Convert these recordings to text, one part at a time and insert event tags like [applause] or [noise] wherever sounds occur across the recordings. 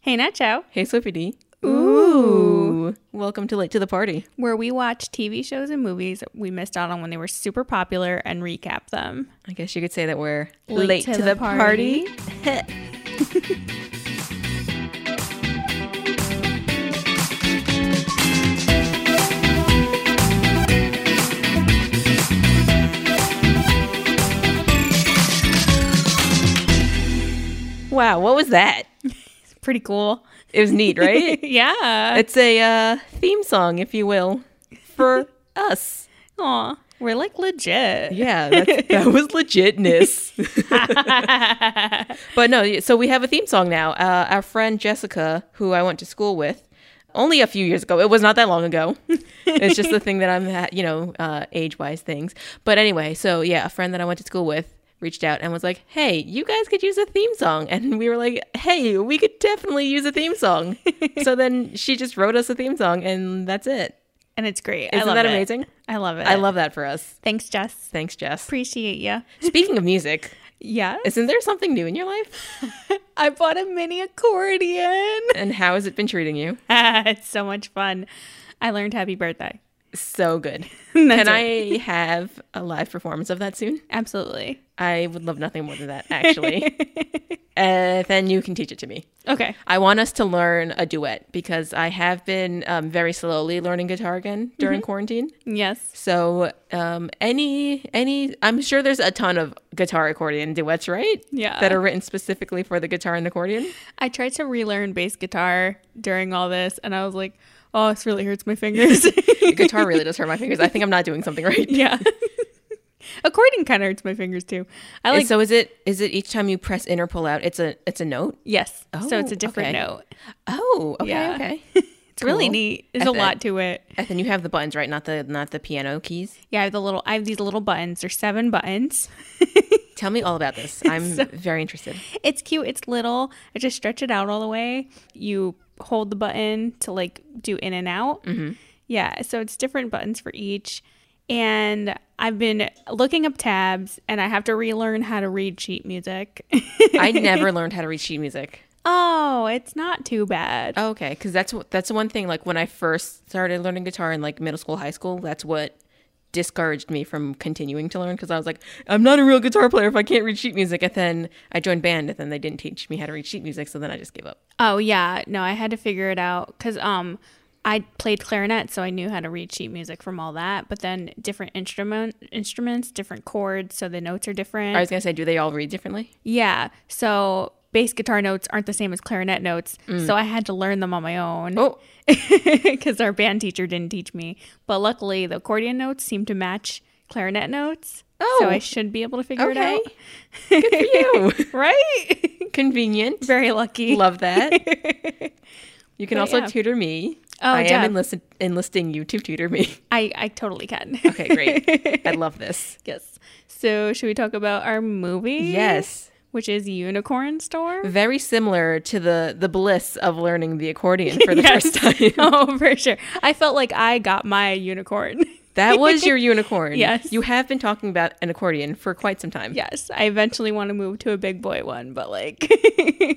Hey Nacho, Hey, Swiftity. Ooh. Welcome to Late to the Party. where we watch TV shows and movies we missed out on when they were super popular and recap them. I guess you could say that we're Late to the [laughs] wow, what was that? It's pretty cool. It was [laughs] neat, right? yeah. it's a uh, theme song, if you will, [laughs] for us. Aw, we're like legit. Yeah, that's, that [laughs] was legitness. but no, so we have a theme song now. Uh, our friend Jessica, who I went to school with, only a few years ago. It was not that [laughs] long ago. it's just the thing that I'm, at, you know, uh, age wise things. But anyway, so yeah, a friend that I went to school with reached out and was like, "Hey, you guys could use a theme song," [laughs] and we were like, "Hey, we could definitely use a [laughs] theme song." so then she just wrote us a theme song, and that's it. And it's great. I Isn't love that it. amazing? I love it. I love that for us. Thanks, Jess. Thanks, Jess. Appreciate you. Speaking of music, Yeah. isn't there something new in your life? [laughs] I bought a mini accordion. And how has it been treating you? [laughs] it's so much fun. I learned happy birthday. [laughs] So good. That's Can it. [laughs] I have a live performance of that soon? Absolutely. I would love nothing more than that, actually. [laughs] uh, then you can teach it to me. Okay. I want us to learn a duet because I have been um, very slowly learning guitar again during Mm-hmm. quarantine. Yes. So um, any any, I'm sure there's a ton of guitar accordion duets, right? Yeah. That are written specifically for the guitar and accordion. I tried to relearn bass guitar during all this, and I was like, "Oh, this really hurts my fingers." [laughs] The guitar really does hurt my fingers. I think I'm not doing something right. yeah, [laughs] accordion kind of hurts my fingers too. I like so is it is it each time you press in or pull out? It's a it's a note. yes, so it's a Oh, different okay. note. Oh, okay, Yeah. [laughs] okay. It's really Cool. neat. There's a Epic. lot to it. And then you have the buttons, right? Not the not the piano keys. Yeah, I have the little. I have these little buttons. There's seven buttons. Tell me all about [laughs] this. I'm very [laughs] interested. It's cute. It's little. I just stretch it out all the way. You hold the button to like do in and out. Mm-hmm. Yeah. So it's different buttons for each. And I've been looking up tabs and I have to relearn how to read sheet music. [laughs] I never learned how to read sheet music. oh, it's not too bad. Oh, okay, because that's wh- that's the one thing. Like when I first started learning guitar in like middle school, high school, that's what discouraged me from continuing to learn because I was like, I'm not a real guitar player if I can't read sheet music. And then I joined band, and then they didn't teach me how to read sheet music, so then I just gave up. Oh, yeah. No, I had to figure it out because, um, I played clarinet, so I knew how to read sheet music from all that. But then different instrument instruments, different chords, so the notes are different. I was gonna say, do they all read differently? Yeah. So bass guitar notes aren't the same as clarinet notes. So I had to learn them on my [laughs] own Mm. [laughs] Oh, because our band teacher didn't teach me. But luckily, the accordion notes seem to match clarinet notes. So Oh. I should be able to figure Okay. it [laughs] you out. Right? [laughs] [laughs] convenient. Very lucky. [laughs] Love that. You can But also yeah. tutor me. Oh, I yeah. am enlist- enlisting you to tutor me. [laughs] I, I totally can. [laughs] [laughs] Okay, great. I love this. yes. So should we talk about our movie? Yes. Which is Unicorn Store. Very similar to the the bliss of learning the accordion [laughs] for [laughs] the first time. oh, for sure. I felt like I got my unicorn. [laughs] That was your unicorn. Yes. You have been talking about an accordion for quite some time. Yes, I eventually want to move to a big boy one, but like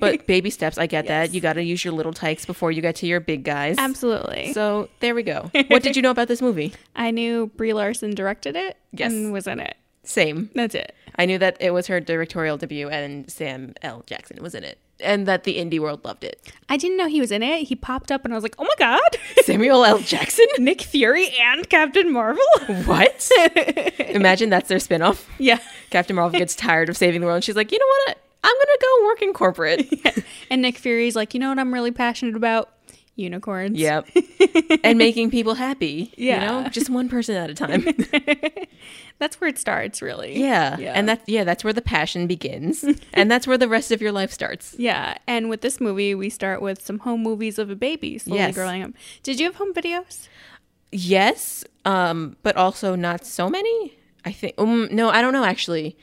[laughs] But baby steps, I get that. You got to use your little tykes before you get to your big guys. absolutely. So there we go. What did you know about this movie? I knew Brie Larson directed it Yes. and was in it. Same. That's it. I knew that it was her directorial debut and Sam L. Jackson was in it. And that the indie world loved it. I didn't know he was in it. He popped up and I was like, "Oh my god, [laughs] [laughs] Samuel L. Jackson? Nick Fury and Captain Marvel!" [laughs] What? [laughs] Imagine that's their spinoff. yeah. Captain Marvel gets tired of saving the world and she's like, you know what? I'm going to go work in [laughs] corporate. And Nick Fury's like, "You know what I'm really passionate about? Unicorns." yep. [laughs] And making people happy. You Yeah. know, just one person at a [laughs] time. That's where it starts, really. yeah. Yeah. And that's, yeah, that's where the passion [laughs] begins. and that's where the rest of your life starts. Yeah, and with this movie, we start with some home movies of a baby slowly Yes. growing up. Did you have home [laughs] videos? Yes. Um, but also not so many. I think, um, no, I don't know actually.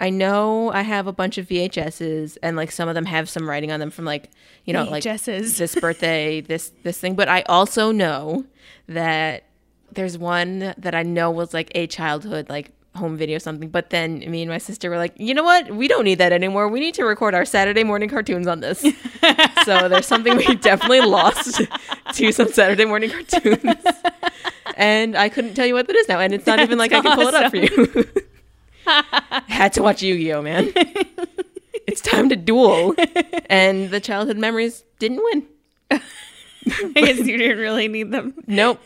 I know I have a bunch of VHSs and like some of them have some writing on them from like, you know, like Jess's. this birthday, this this thing. But I also know that there's one that I know was like a childhood like home video or something. But then me and my sister were like, you know what? We don't need that anymore. We need to record our Saturday morning cartoons on this. so there's something we definitely lost to some Saturday morning cartoons. and I couldn't tell you what that is now. And it's not even like I can pull it up for you. [laughs] Had to watch Yu Gi Oh, man. it's time to duel. And the childhood memories didn't win. I guess you didn't really need them. Nope.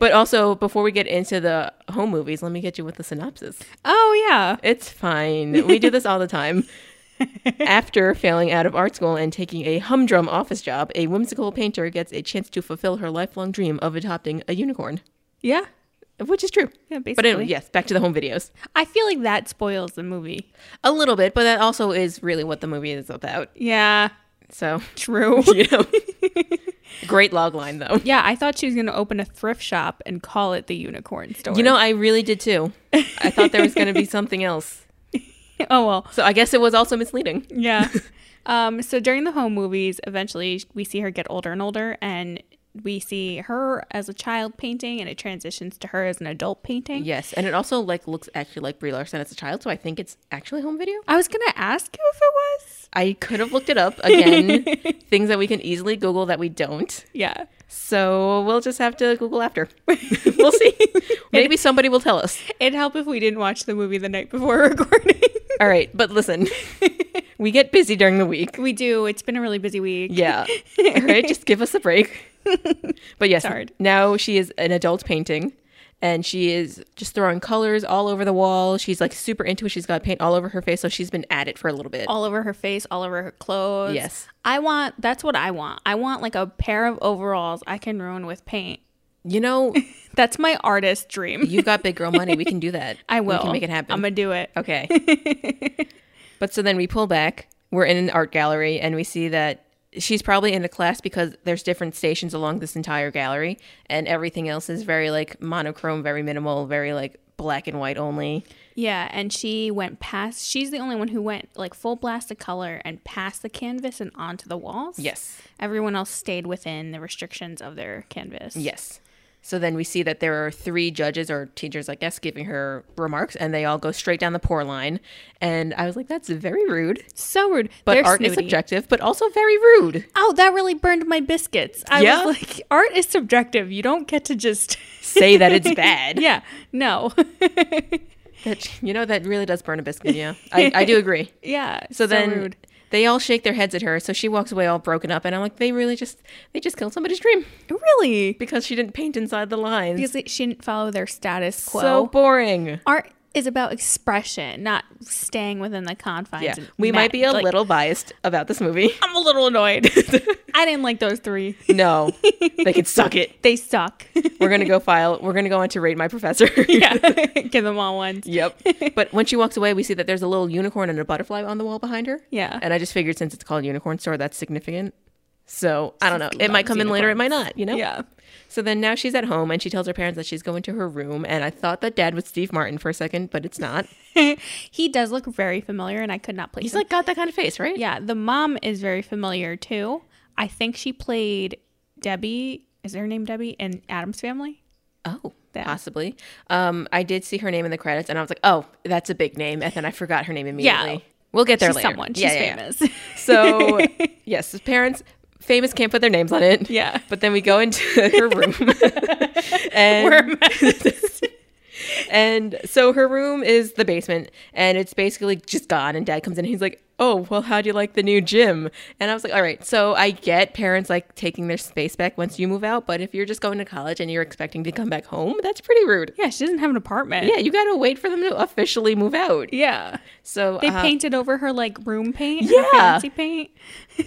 but also, before we get into the home movies, let me get you with the synopsis. Oh yeah. It's fine. We do this all the [laughs] time. After failing out of art school and taking a humdrum office job, a whimsical painter gets a chance to fulfill her lifelong dream of adopting a unicorn, Yeah. which is true. Yeah, basically. But anyway, yes, back to the home videos. I feel like that spoils the movie. A little bit, but that also is really what the movie is about. Yeah. So, [laughs] [laughs] True. you know, great log line though. yeah, I thought she was gonna open a thrift shop and call it the unicorn store. You know, I really did too. I thought there was going to [laughs] be something else. [laughs] Oh well. So I guess it was also misleading. [laughs] Yeah. um, so during the home movies, eventually we see her get older and older, and we see her as a child painting, and it transitions to her as an adult painting. Yes, and it also like looks actually like Brie Larson as a child, so I think it's actually home video. I was gonna ask you if it was. I could have looked it up [laughs] again. things that we can easily Google that we don't. Yeah. So we'll just have to Google after. [laughs] [laughs] we'll see. Maybe somebody will tell us. It'd help if we didn't watch the movie the night before [laughs] recording. All right, [laughs] but listen, we get busy during the week. we do. It's been a really busy week. Yeah. All right, just give us a break. [laughs] But yes, hard. now she is an adult painting and she is just throwing colors all over the wall. She's like super into it. She's got paint all over her face, so she's been at it for a little bit. All over her face, all over her clothes. Yes. I want, that's what I want. I want like a pair of overalls I can ruin with paint. You know, That's my artist dream. you've got big girl money. We can do that. [laughs] I will. We can make it happen. I'm going to do it. Okay. [laughs] but so then we pull back. We're in an art gallery and we see that she's probably in a class because there's different stations along this entire gallery and everything else is very like monochrome, very minimal, very like black and white only. Yeah, and she went past. She's the only one who went like full blast of color and past the canvas and onto the walls. Yes. Everyone else stayed within the restrictions of their canvas. Yes. So then we see that there are three judges or teachers, I guess, giving her remarks, and they all go straight down the poor line. And I was like, that's very rude. So rude. But They're art is snooty. subjective, but also very rude. Oh, that really burned my biscuits. I Yeah. was like, [laughs] art is subjective. You don't get to just. [laughs] Say that [laughs] it's bad. yeah. No. [laughs] That you know that really does burn a biscuit. Yeah, I, I [laughs] do agree. yeah. So, then rude. they all shake their heads at her. So she walks away all broken up, and I'm like, they really just they just killed somebody's dream Really? because she didn't paint inside the lines. Because it- she didn't follow their status quo. so boring. art is about expression, not staying within the confines. Yeah, and we ma- might be a like- little biased about this movie. [laughs] I'm a little annoyed. I didn't like those three. no, [laughs] they can suck it. They [laughs] suck. We're gonna go file. We're gonna go on to rate my professor. [laughs] yeah. Give them all ones. [laughs] Yep. But when she walks away, we see that there's a little unicorn and a butterfly on the wall behind her. Yeah. And I just figured since it's called Unicorn Store, that's significant. So I don't know. It might loves come in later. It might not. You know. Yeah. [laughs] So then now she's at home and she tells her parents that she's going to her room. And I thought that dad was Steve Martin for a second, but it's not. He does look very familiar and I could not place He's him. like got that kind of face, right? yeah, the mom is very familiar too. I think she played Debbie. Is her name Debbie in Adam's Family? Oh, That. possibly. Um, I did see her name in the credits, and I was like, oh, that's a big name. And then I forgot her name immediately. We'll get there She's later. someone. She's Yeah, yeah, yeah. famous. [laughs] [laughs] So yes, his parents famous can't put their names on it. Yeah. But then we go into [laughs] her room. and We're a mess. and so her room is the basement and it's basically just gone and dad comes in and he's like oh well how do you like the new gym and i was like all right so i get parents like taking their space back once you move out but if you're just going to college and you're expecting to come back home that's pretty rude yeah, she doesn't have an apartment. yeah you gotta wait for them to officially move out Yeah. so They uh, painted over her like room paint, Yeah. her fancy paint.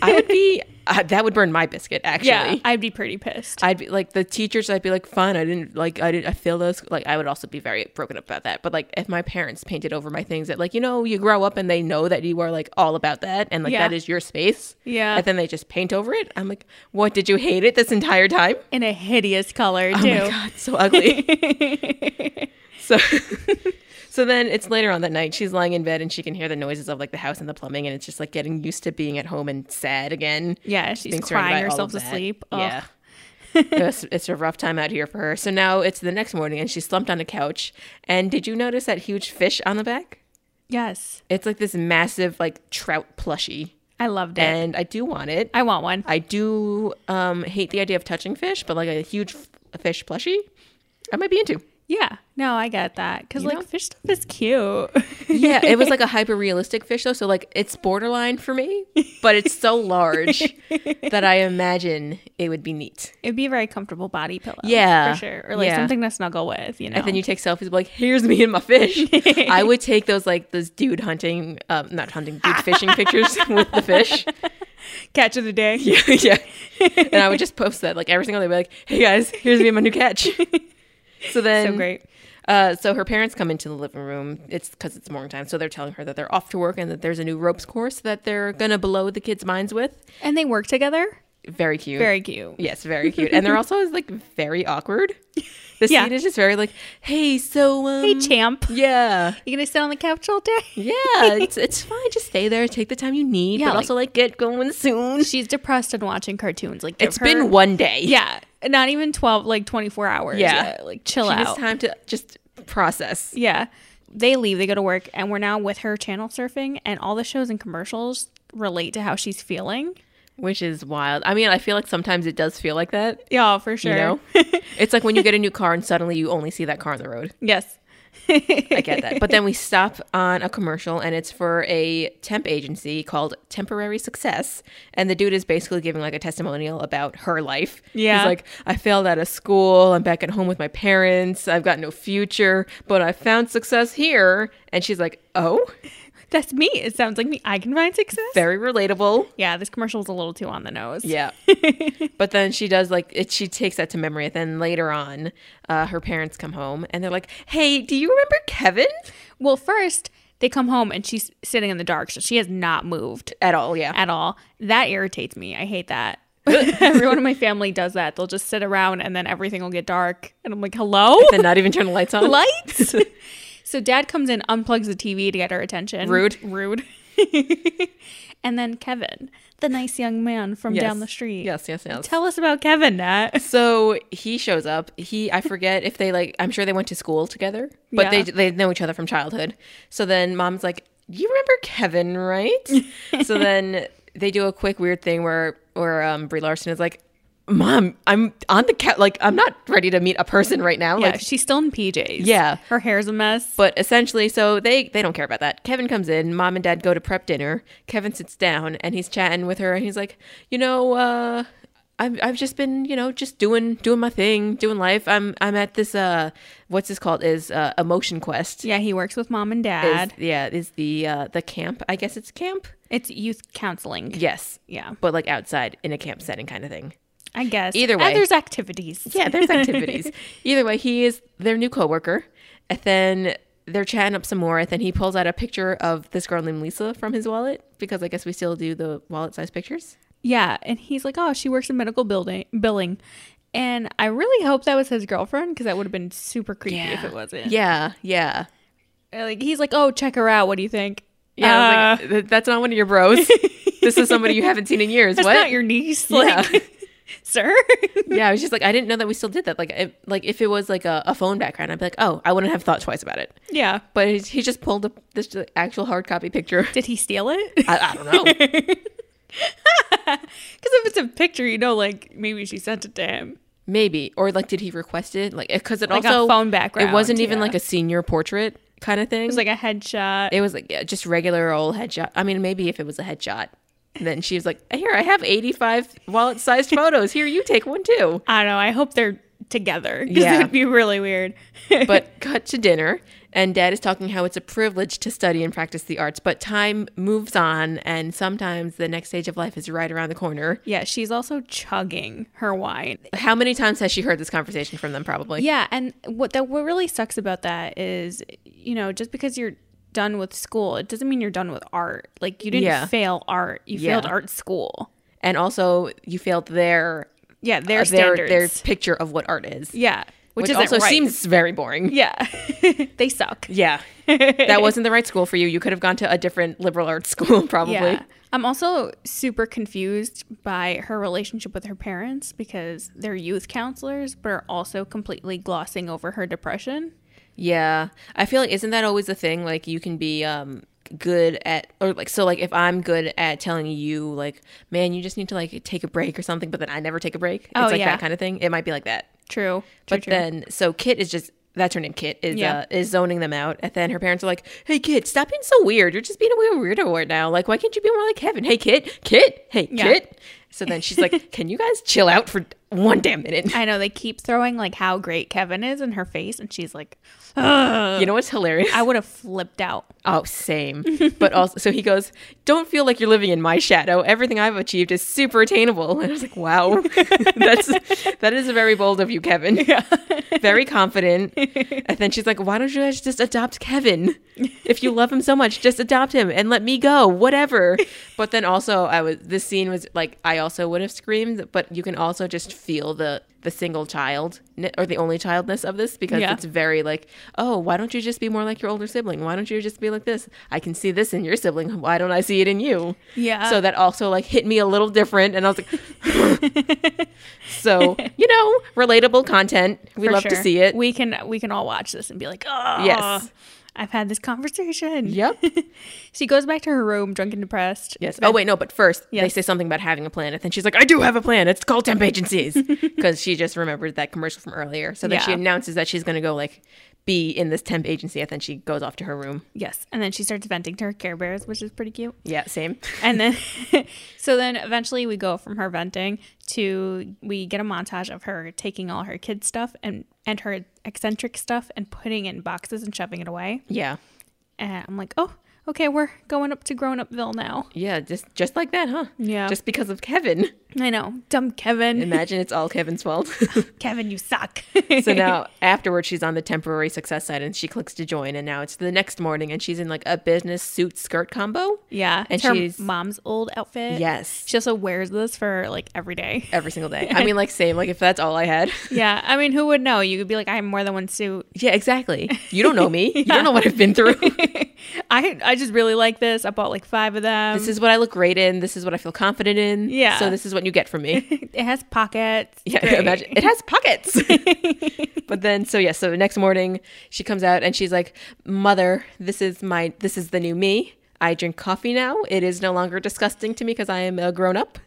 i would be uh, that would burn my biscuit [laughs] actually Yeah, I'd be pretty pissed. I'd be like the teachers. I'd be like, fun. I didn't like. I didn't. I failed those. Like, I would also be very broken up about that. But like, if my parents painted over my things, that like, you know, you grow up and they know that you are like all about that, and like Yeah. that is your space. Yeah. And then they just paint over it. I'm like, what? Did you hate it this entire time? in a hideous color Oh my too. god, so ugly. [laughs] so. [laughs] So then it's later on that night. She's lying in bed and she can hear the noises of like the house and the plumbing, and it's just like getting used to being at home and sad again. yeah, she's being surrounded crying by all herself to of that. [laughs] sleep. Ugh. Yeah. It was- it's a rough time out here for her. So now it's the next morning and she's slumped on a couch. And did you notice that huge fish on the back? Yes. It's like this massive, like trout plushie. I loved it. And I do want it. I want one. I do um, hate the idea of touching fish, but like a huge f- fish plushie, I might be into. Yeah. No, I get that. Because, like, know? fish stuff is cute. [laughs] Yeah, it [laughs] was like a hyper realistic fish though, so like it's borderline for me, but it's so [laughs] large that I imagine it would be neat. It'd be a very comfortable body pillow. Yeah. For sure. Or, like, Yeah. something to snuggle with, you know? And then you take selfies like, here's me and [laughs] my fish. I would take those like those dude hunting, um, not hunting, dude [laughs] fishing pictures with the fish. [laughs] Catch of the day. Yeah, yeah. And I would just post that like every single day, be like, hey guys, here's me and my [laughs] new catch. So [laughs] then, So great. Uh, so her parents come into the living room. It's because it's morning time, so they're telling her that they're off to work and that there's a new ropes course that they're gonna blow the kids' minds with. And they work together. Very cute. Very cute. Yes, very cute. And they're [laughs] also like very awkward. The Yeah. scene is just very like, hey, so um, Hey, champ. yeah, You gonna sit on the couch all day? yeah, it's it's fine. Just stay there, take the time you need, Yeah, but like- also like get going soon. She's depressed and watching cartoons. Like, It's give her- been one day. Yeah. Not even 12, like 24 hours. Yeah. yet. Like, chill She out. needs time to just process. Yeah. They leave, they go to work, and we're now with her channel surfing, and all the shows and commercials relate to how she's feeling. Which is wild. I mean, I feel like sometimes it does feel like that. Yeah, for sure. You [laughs] know, it's like when you get a new car and suddenly you only see that car on the road. [laughs] yes. I get that. But then we stop on a commercial and it's for a temp agency called Temporary Success. And the dude is basically giving like a testimonial about her life. Yeah. He's like, I failed out of school. I'm back at home with my parents. I've got no future, but I found success here. And she's like, Oh, That's me. It sounds like me. I can find success. very [laughs] relatable. Yeah, this commercial was a little too on the nose. Yeah. [laughs] but then she does like it, she takes that to memory. And then later on, uh, her parents come home and they're like, Hey, do you remember Kevin? Well, first, they come home and she's sitting in the dark, so she has not moved At all, yeah. at all. That irritates me. I hate that. [laughs] Everyone in my family does that. They'll just sit around and then everything will get dark. And I'm like, hello? [laughs] and not even turn the [laughs] lights on. [laughs] lights. so dad comes in, unplugs the TV to get her attention. Rude. Rude. [laughs] and then Kevin, the nice young man from Yes. down the street. Yes, yes, yes. Tell us about Kevin, Nat. so he shows up. He I forget if they like I'm sure they went to school together, but they Yeah. they know each other from childhood. So then mom's like, "You remember [laughs] Kevin, right?" so then they do a quick weird thing where where um, Brie Larson is like, "Mom, I'm on the cat. Like I'm not ready to meet a person right now." Yeah, Like she's still in PJs. Yeah. Her hair's a mess. but essentially, so they they don't care about that. Kevin comes in. Mom and Dad go to prep dinner. Kevin sits down and he's chatting with her, and he's like, you know, uh, I've I've just been, you know, just doing doing my thing, doing life. I'm I'm at this uh, what's this called? Is uh, emotion quest. yeah, he works with mom and Is, dad. yeah, is the uh, the camp? I guess it's camp. it's youth counseling. Yes, Yeah, but like outside in a camp setting kind of thing. I guess. Either way. And there's activities. [laughs] Yeah, there's activities. Either way, he is their new coworker. And then they're chatting up some more. And then he pulls out a picture of this girl named Lisa from his wallet because I guess we still do the wallet size [laughs] pictures. Yeah, and he's like, "Oh, she works in medical building billing." And I really hope that was his girlfriend because that would have been super creepy if it wasn't. Yeah, yeah. Like he's like, "Oh, check her out. What do you think?" Yeah, I Uh, was like, "Th- that's not one of your bros. [laughs] this is somebody you haven't seen in years. That's what? not your niece, like, [laughs] Yeah. sir. yeah, I was just like, I didn't know that we still did that. Like, if, like if it was like a, a phone background, I'd be like, oh, I wouldn't have thought twice about it. yeah. But he- he just pulled up this actual hard copy [laughs] picture. Did he steal it? [laughs] Because I, I don't know. [laughs] if it's a picture, you know, like maybe she sent it to him. Maybe or like, did he request it? Like, because it Like a also phone background, It wasn't even yeah. like a senior portrait kind of thing. It It was was like, like a headshot. yeah, just regular old headshot. I mean, maybe if it was a headshot, then she was like, "Here, I have eighty-five wallet-sized photos. Here, you take one too." I don't know. I hope they're together because Yeah. it would be really weird. [laughs] [laughs] But cut to dinner, and Dad is talking how it's a privilege to study and practice the arts, but time moves on, and sometimes the next stage of life is right around the corner. yeah, she's also chugging her wine. How many times has she heard this conversation from them? Probably. Yeah, and what that what really sucks about that is, you know, just because you're done with school, it doesn't mean you're done with art. Like you didn't Yeah. fail art. You Yeah. failed art school. And also, you failed their Yeah, their their, their, standards. picture of what art is. yeah, which, which, isn't also right. seems very boring. Yeah. [laughs] they suck. [laughs] Yeah. that wasn't the right school for you. You could have gone to a different liberal arts [laughs] school, [laughs] probably. Yeah. I'm also super confused by her relationship with her parents because they're youth counselors, but are also completely glossing over her depression. Yeah. I feel like isn't that always the thing? Like you can be um good at or like so like if I'm good at telling you like, man, you just need to like take a break or something, but then I never take a break. It's Oh, like yeah. that kind of thing. It might be like that. True. True, But true. then so Kit is just that's her name, Kit, is Yeah. uh, is zoning them out. And then her parents are like, Hey Kit, stop being so weird. You're just being a weird weirdo right now. Like, why can't you be more like Kevin? Hey Kit, Kit, hey Yeah. Kit. So then she's like, Can you guys chill out for one damn [laughs] minute? I know they keep throwing like how great Kevin is in her face, and she's like, Ugh. You know what's hilarious? I would have flipped out. Oh, same. But also, so he goes, Don't feel like you're living in my shadow. Everything I've achieved is super attainable. And I was like, Wow, [laughs] that's that is very bold of you, Kevin. very confident. And then she's like, Why don't you guys just adopt Kevin? If you love him so much, just adopt him and let me go, whatever. But then also, I was this scene was like, I also would have screamed, but you can also just feel the the single child or the only childness of this because Yeah. it's very like, oh, why don't you just be more like your older sibling? Why don't you just be like this? I can see this in your sibling. Why don't I see it in you? Yeah. So that also like hit me a little different, and I was like, [laughs] so you know, relatable content. We For love to sure. see it. We can we can all watch this and be like, oh Yes. I've had this conversation. [laughs] yep. She goes back to her room, drunk and depressed. Yes. Oh wait, no. But first, they Yes. say something about having a plan, and then she's like, "I do have a plan. It's called [laughs] temp agencies," because she just remembered that commercial from earlier. So then she Yeah. announces that she's going to go like be in this temp agency, and then she goes off to her room. Yes. And then she starts venting to her Care Bears, which is pretty cute. Yeah, same. And then, [laughs] so then eventually we go from her venting to we get a montage of her taking all her kids' stuff and and her eccentric stuff and putting it in boxes and shoving it away. Yeah. And I'm like, oh, okay, we're going up to grown upville now. Yeah, just just like that, huh? Yeah. Just because of Kevin. I know, dumb Kevin. Imagine it's all Kevin's fault. [laughs] Kevin, you suck. so now afterwards she's on the temporary success side and she clicks to join and now it's the next morning and she's in like a business suit skirt combo. [laughs] yeah, And it's her she's- mom's old outfit. Yes. she also wears this for like every day. Every single day. I mean like same, like if that's all I had. [laughs] [laughs] yeah, I mean, who would know? You could be like, I have more than one suit. [laughs] Yeah, exactly. You don't know me. You don't know what I've been through. [laughs] I I just really like this. I bought like five of them. this is what I look great in. This is what I feel confident in. Yeah. So this is what you get from me. it has pockets. Yeah, [laughs] Great. imagine it has pockets. [laughs] but then, so yeah, so next morning she comes out and she's like, "Mother, this is my this is the new me. I drink coffee now. It is no longer disgusting to me because I am a grown [laughs] up,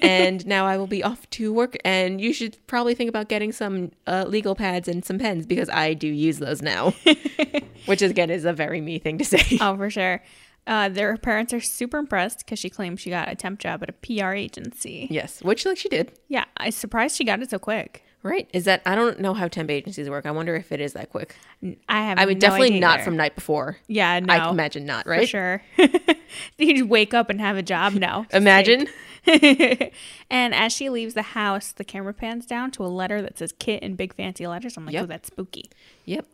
and now I will be off to work. And you should probably think about getting some uh, legal pads and some pens because I do use [laughs] those now, which again is a very me thing to say. Oh, for sure. Uh, their parents are super impressed because she claims she got a temp job at a PR agency. yes, which like she did. Yeah, I'm surprised she got it so quick. Right? Is that I don't know how temp agencies work. I wonder if it is that quick. I have. I mean, no definitely idea not either. from night before. Yeah, no, I imagine not, for [laughs] right? sure. you just wake up and have a job now. Imagine. [laughs] and as she leaves the house, the camera pans down to a letter that says "Kit" in big fancy letters. I'm like, Yep. oh, that's spooky. Yep.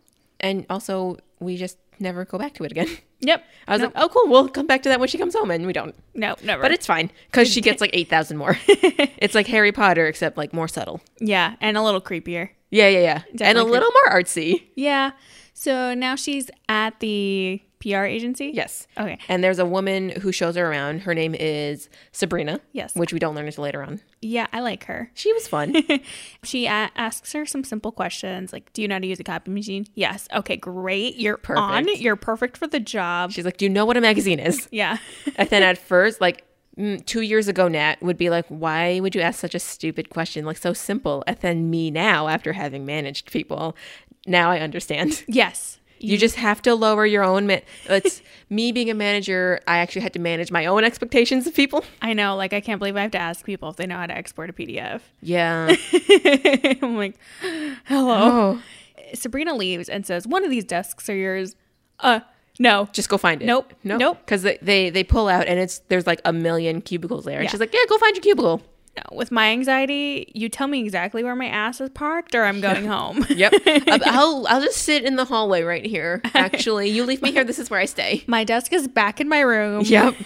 And also, we just never go back to it again. [laughs] Yep. I was like, oh, cool. We'll come back to that when she comes home. And we don't. No, never. But it's fine because she gets like 8,000 more. [laughs] it's like Harry Potter, except like more subtle. yeah, and a little creepier. Yeah, yeah, yeah. and a Definitely. little more artsy. Yeah. So now she's at the PR agency. Yes. Okay. And there's a woman who shows her around. Her name is Sabrina. Yes. Which we don't learn until later on. Yeah, I like her. [laughs] She was fun. She a- asks her some simple questions like, "Do you know how to use a copy machine?" Yes. Okay, great. You're on. Perfect. You're perfect for the job. She's like, Do you know what a magazine is? yeah. [laughs] And then at first, like mm, two years ago, Nat would be like, "Why would you ask such a stupid question? Like so simple." And then me now, after having managed people, now I understand. yes. You just have to lower your own. Ma- it's [laughs] me being a manager. I actually had to manage my own expectations of people. I know. Like, I can't believe I have to ask people if they know how to export a PDF. [laughs] Yeah. [laughs] I'm like, hello. oh, Sabrina leaves and says, "One of these desks are yours." Uh, no. just go find it. Nope. No. Nope. Because they, they they pull out and it's there's like a million cubicles there. And Yeah. she's like, "Yeah, go find your cubicle." No. With my anxiety, you tell me exactly where my ass is parked, or I'm going home. Yep. Uh, [laughs] I'll I'll just sit in the hallway right [laughs] here. Actually, you leave me here. This is where I stay. My desk is back in my room. Yep.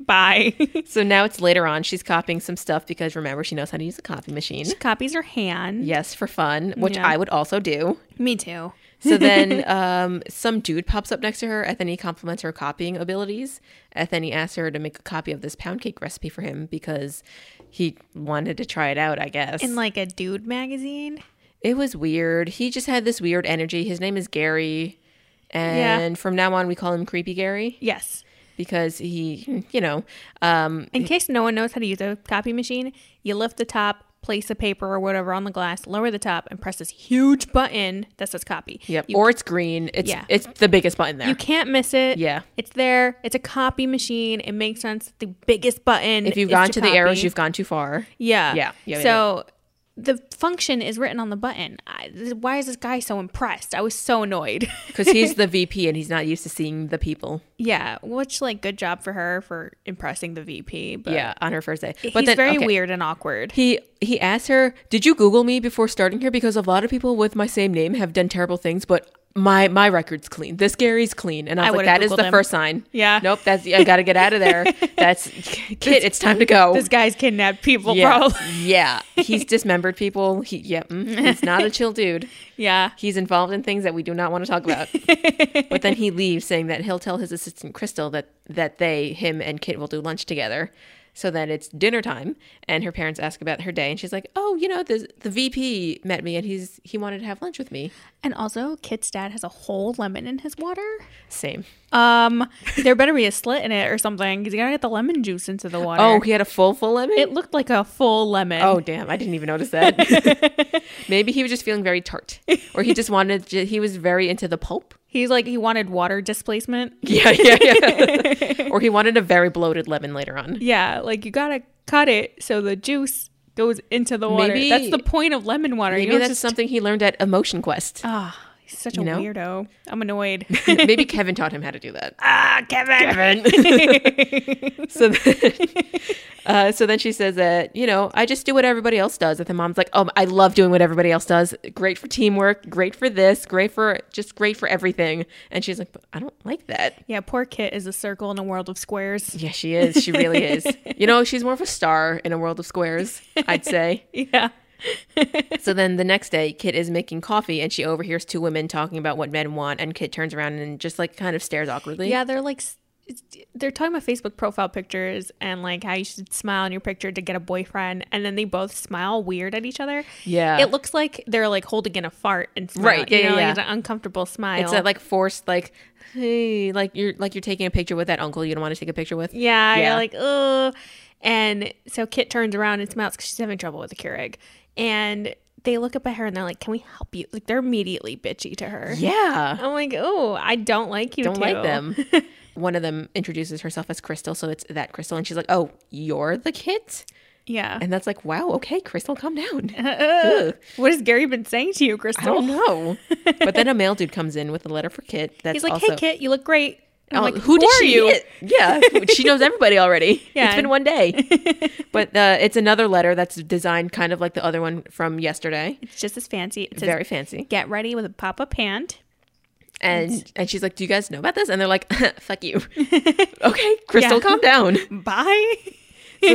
Bye. So now it's later on. She's copying some stuff because remember, she knows how to use a copy machine. she copies her hand. Yes, for fun, which Yeah. I would also do. Me too. [laughs] So then um, some dude pops up next to her. And then he compliments her copying abilities. And then he asks her to make a copy of this pound cake recipe for him because he wanted to try it out, I guess. In like a dude magazine. it was weird. He just had this weird energy. His name is Gary. And from now on, we call him Creepy Gary Yes. because he, you know, um, In case no one knows how to use a copy machine, you lift the top, place a paper or whatever on the glass, lower the top, and press this huge button that says copy. Yep. You, or it's green. It's Yeah. it's the biggest button there. you can't miss it. yeah. It's there. It's a copy machine. It makes sense. The biggest button. If you've is gone to, the arrows, copy. you've gone too [laughs] far. Yeah. Yeah. Yeah, yeah, so the function is written on the button. I, th- why is this guy so impressed? I was so annoyed. [laughs] Because he's the VP and he's not used to seeing the people. yeah. Which, like, good job for her for impressing the VP. But Yeah, on her first day. But he's then, very okay, weird and awkward. He he asked her, "Did you Google me before starting here? Because a lot of people with my same name have done terrible things, but my my record's clean. This Gary's clean." And I I was like, would've "That is Googled the him. first sign. Yeah. Nope. That's I got to get out of [laughs] there. That's kid. It's time to go. This guy's kidnapped people, yeah, probably. yeah. He's dismembered people. He yeah. mm, he's not a chill [laughs] dude. [laughs] Yeah. He's involved in things that we do not want to talk [laughs] about. but then he leaves saying that he'll tell his assistant Crystal that that they, him and Kit will do lunch together. So then it's dinner time and her parents ask about her day and she's like, "Oh, you know, the the VP met me and he's he wanted to have lunch with me." And also, Kit's dad has a whole lemon in his water. Same. Um, there better be a slit in it or something because you gotta get the lemon juice into the water. Oh, he had a full full lemon? it looked like a full lemon. Oh damn! I didn't even notice that. [laughs] Maybe he was just feeling very tart, or he just wanted. ju- He was very into the pulp. he's like he wanted water displacement. [laughs] Yeah, yeah, yeah. [laughs] or he wanted a very bloated lemon later on. Yeah, like you gotta cut it so the juice goes into the water. Maybe- that's the point of lemon water. Maybe you that's something he learned at Emotion Quest. Ah, he's such a know? weirdo. I'm annoyed. Maybe Kevin taught him how to do that. [laughs] ah, Kevin. [laughs] so, then, uh, so then she says that you know I just do what everybody else does. And the mom's like, "Oh, I love doing what everybody else does. Great for teamwork. Great for this. Great for just great for everything." And she's like, "But I don't like that." Yeah, poor Kit is a circle in a world of squares. [laughs] Yeah, she is. She really is. You know, she's more of a star in a world of squares. I'd say. Yeah. So then the next day, Kit is making coffee and she overhears two women talking about what men want. And Kit turns around and just like kind of stares awkwardly. Yeah, they're like, s- it's- they're talking about Facebook profile pictures and like how you should smile in your picture to get a boyfriend. And then they both smile weird at each other. Yeah. It looks like they're like holding in a fart and smile. Right, You yeah, know, yeah, like yeah. an uncomfortable smile. It's that like forced like hey like you're like you're taking a picture with that uncle you don't want to take a picture with. yeah, Yeah. You're like, oh. And so Kit turns around and smiles because she's having trouble with the Keurig. And they look up at her and they're like, can we help you? Like they're immediately bitchy to her. Yeah. I'm like, oh, I don't like you. Don't like two." [laughs] them. One of them introduces herself as Crystal, so it's that Crystal and she's like, "Oh, you're the kit?" Yeah. [laughs] And that's like, "Wow, okay, Crystal, calm down." Ugh. Ugh. what has Gary been saying to you, I Crystal? don't know. but then a male dude comes in with a letter for Kit that's He's like, also "Hey, Kit, you look great." And Oh, I'm like, who, "Who, did are she you?" hit? [laughs] Yeah, she knows everybody already. Yeah. It's been one [laughs] day. but uh, it's another letter that's designed kind of like the other one from yesterday. It's just as fancy. It says, Very fancy. "Get ready with a pop-up hand." and and she's like, "Do you guys know about this?" And they're like, [laughs] [laughs] "Fuck you." okay, Crystal, calm down. [laughs] Bye. So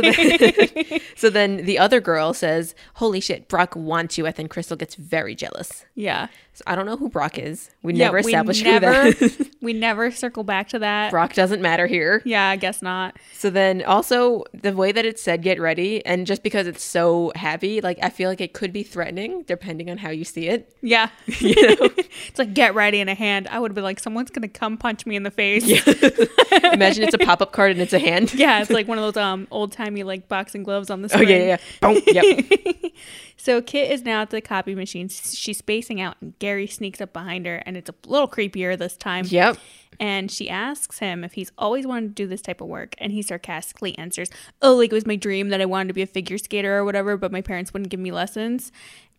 [laughs] [laughs] then, so then the other girl says, "Holy shit, Brock wants you." And then Crystal gets very jealous. Yeah. So I don't know who Brock is. We Yeah, never we established who that never- is. [laughs] [laughs] We never circle back to that. Brock doesn't matter here. Yeah, I guess not. So then also the way that it said get ready and just because it's so heavy, like I feel like it could be threatening depending on how you see it. [laughs] Yeah. [laughs] it's like get ready in a hand. I would have been like, someone's gonna come punch me in the face. [laughs] Yeah. Imagine it's a pop-up card and it's a hand. [laughs] it's like one of those um old timey like boxing gloves on the Oh screen. yeah, yeah, yeah. Boom. Yep. So Kit is now at the copy machine. S- She's spacing out, and Gary sneaks up behind her, and it's a little creepier this time. Yep. And she asks him if he's always wanted to do this type of work, and he sarcastically answers, "Oh, like it was my dream that I wanted to be a figure skater or whatever, but my parents wouldn't give me lessons."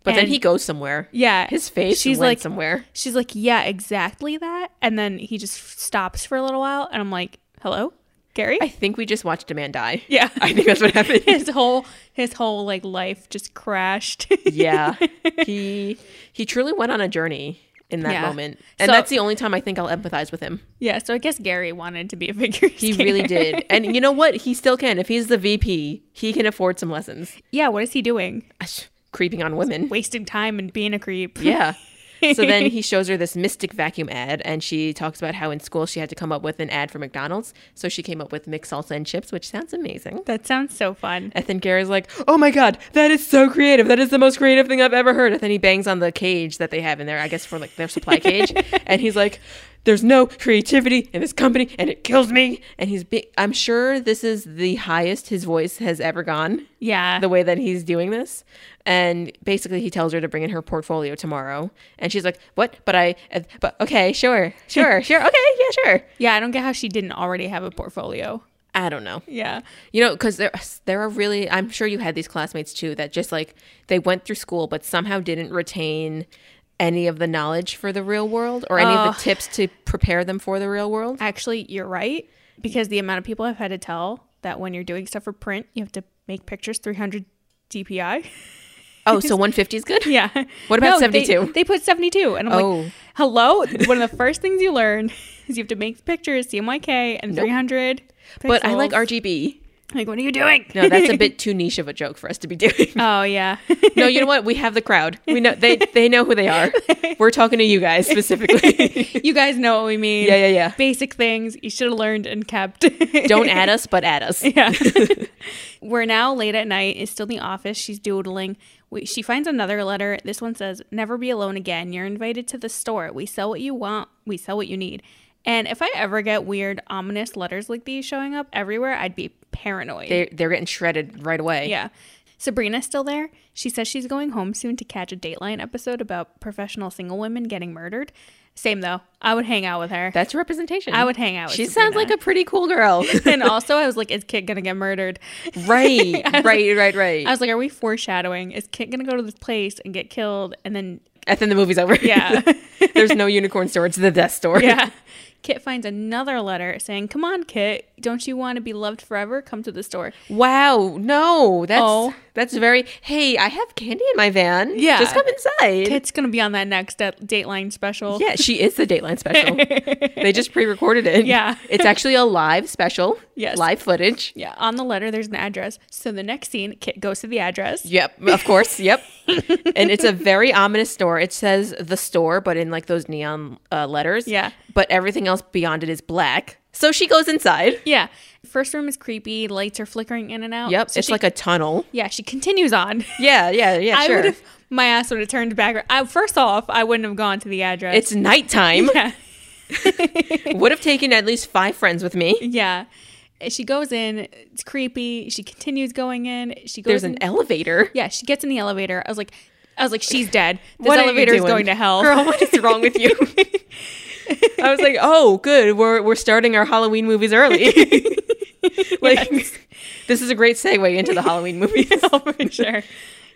But then And- he goes somewhere. yeah, His face She's went like, somewhere. she's like, "Yeah, exactly that." And then he just stops for a little while, and I'm like, "Hello, Gary?" I think we just watched a man die. [laughs] yeah, [laughs] I think that's what [laughs] happened. [laughs] his whole his whole like life just crashed. [laughs] [laughs] yeah. He he truly went on a journey. in that Yeah. moment. And So- that's the only time I think I'll empathize with [laughs] him. Yeah, so I guess Gary wanted to be a figure He really did. And you know what? He still can. If he's the VP, he can afford some lessons. [laughs] yeah, what is he doing? [laughs] Ash, Creeping on women. Wasting time and being a creep. [laughs] Yeah. So [laughs] then he shows her this mystic vacuum ad, and she talks about how in school she had to come up with an ad for McDonald's. So she came up with mixed salsa and chips, which sounds amazing. [laughs] That sounds so fun. And then Gary's like, oh my God, that is so creative. That is the most creative thing I've ever heard. And then he bangs on the cage that they have in there, I guess for like their supply cage. And he's like, there's no creativity in this company and it kills me. And he's, be- I'm sure this is the highest his voice has ever gone, Yeah. the way that he's doing this. And basically he tells her to bring in her portfolio tomorrow. And she's like, what? But I, uh, but okay, sure, sure, sure. Okay, yeah, sure. yeah, I don't get how she didn't already have a portfolio. I don't know. Yeah. You know, because there there are really, I'm sure you had these classmates too that just like they went through school but somehow didn't retain any of the knowledge for the real world or any of Oh. the tips to prepare them for the real world. Actually, you're right because the amount of people I've had to tell that when you're doing stuff for print, you have to make pictures 300 DPI. Oh, so 150 is [laughs] good. Yeah. What about No, they- 72? They, put 72. And I'm Oh. like, hello? One of the first things you learn is you have to make pictures, CMYK, and 300. But I like pixels. RGB. Like, what are you doing? [laughs] No, that's a bit too niche of a joke for us to be doing. oh, yeah. [laughs] No, you know what? We have the crowd. We know they they know who they are. We're talking to you guys specifically. [laughs] [laughs] you guys know what we mean. Yeah, yeah, yeah. Basic things you should have learned and kept. [laughs] Don't add us, but add us. Yeah. We're now late at night. Is still in the office. She's doodling. We, she finds another letter. This one says, "Never be alone again. You're invited to the store. We sell what you want. We sell what you need." And if I ever get weird, ominous letters like these showing up everywhere, I'd be paranoid. They they're getting shredded right away. yeah. Sabrina's still there. She says she's going home soon to catch a Dateline episode about professional single women getting murdered. Same though. I would hang out with her. That's representation. I would hang out with She sounds like a pretty [laughs] cool girl. and also, I was like, is Kit gonna get murdered? [laughs] Right, right, right, right. I was like, are we foreshadowing? Is Kit gonna go to this place and get killed? And then, and then the movie's over. [laughs] yeah, [laughs] There's no unicorn store. It's the death store. yeah. Kit finds another letter saying, come on, Kit, don't you want to be loved forever? Come to the store. Wow. No, that's Oh. that's very. Hey, I have candy in my van. Yeah. Just come inside. Kit's gonna be on that next Dat- Dateline special. yeah, she is the [laughs] Dateline special. they just pre-recorded it. Yeah. It's actually a live special. Yes. Live footage. Yeah, on the letter, there's an address. So the next scene, Kit goes to the address. Yep, of [laughs] course. Yep. and it's a very ominous store. It says the store, but in like those neon uh, letters. Yeah. But everything else beyond it is black. So she goes inside. Yeah. First room is creepy. Lights are flickering in and out. Yep. So it's she- like a tunnel. yeah, she continues on. Yeah, yeah, [laughs] yeah. I sure. would have, my ass would have turned back. I, first off, I wouldn't have gone to the address. [laughs] It's nighttime. yeah. Would have taken at least five friends with me. Yeah. Eh, She goes in, it's creepy. She continues going in. She goes There's in, e-, an elevator. Yeah, she gets in the elevator. I was like I was like, she's [laughs] dead. This What are you elevator is doing? going to hell. Girl, what is wrong [laughs] with you? I was like, oh, good. We're we're starting our Halloween movies [laughs] early. [laughs] like, this is a great segue into the Halloween movies. for sure.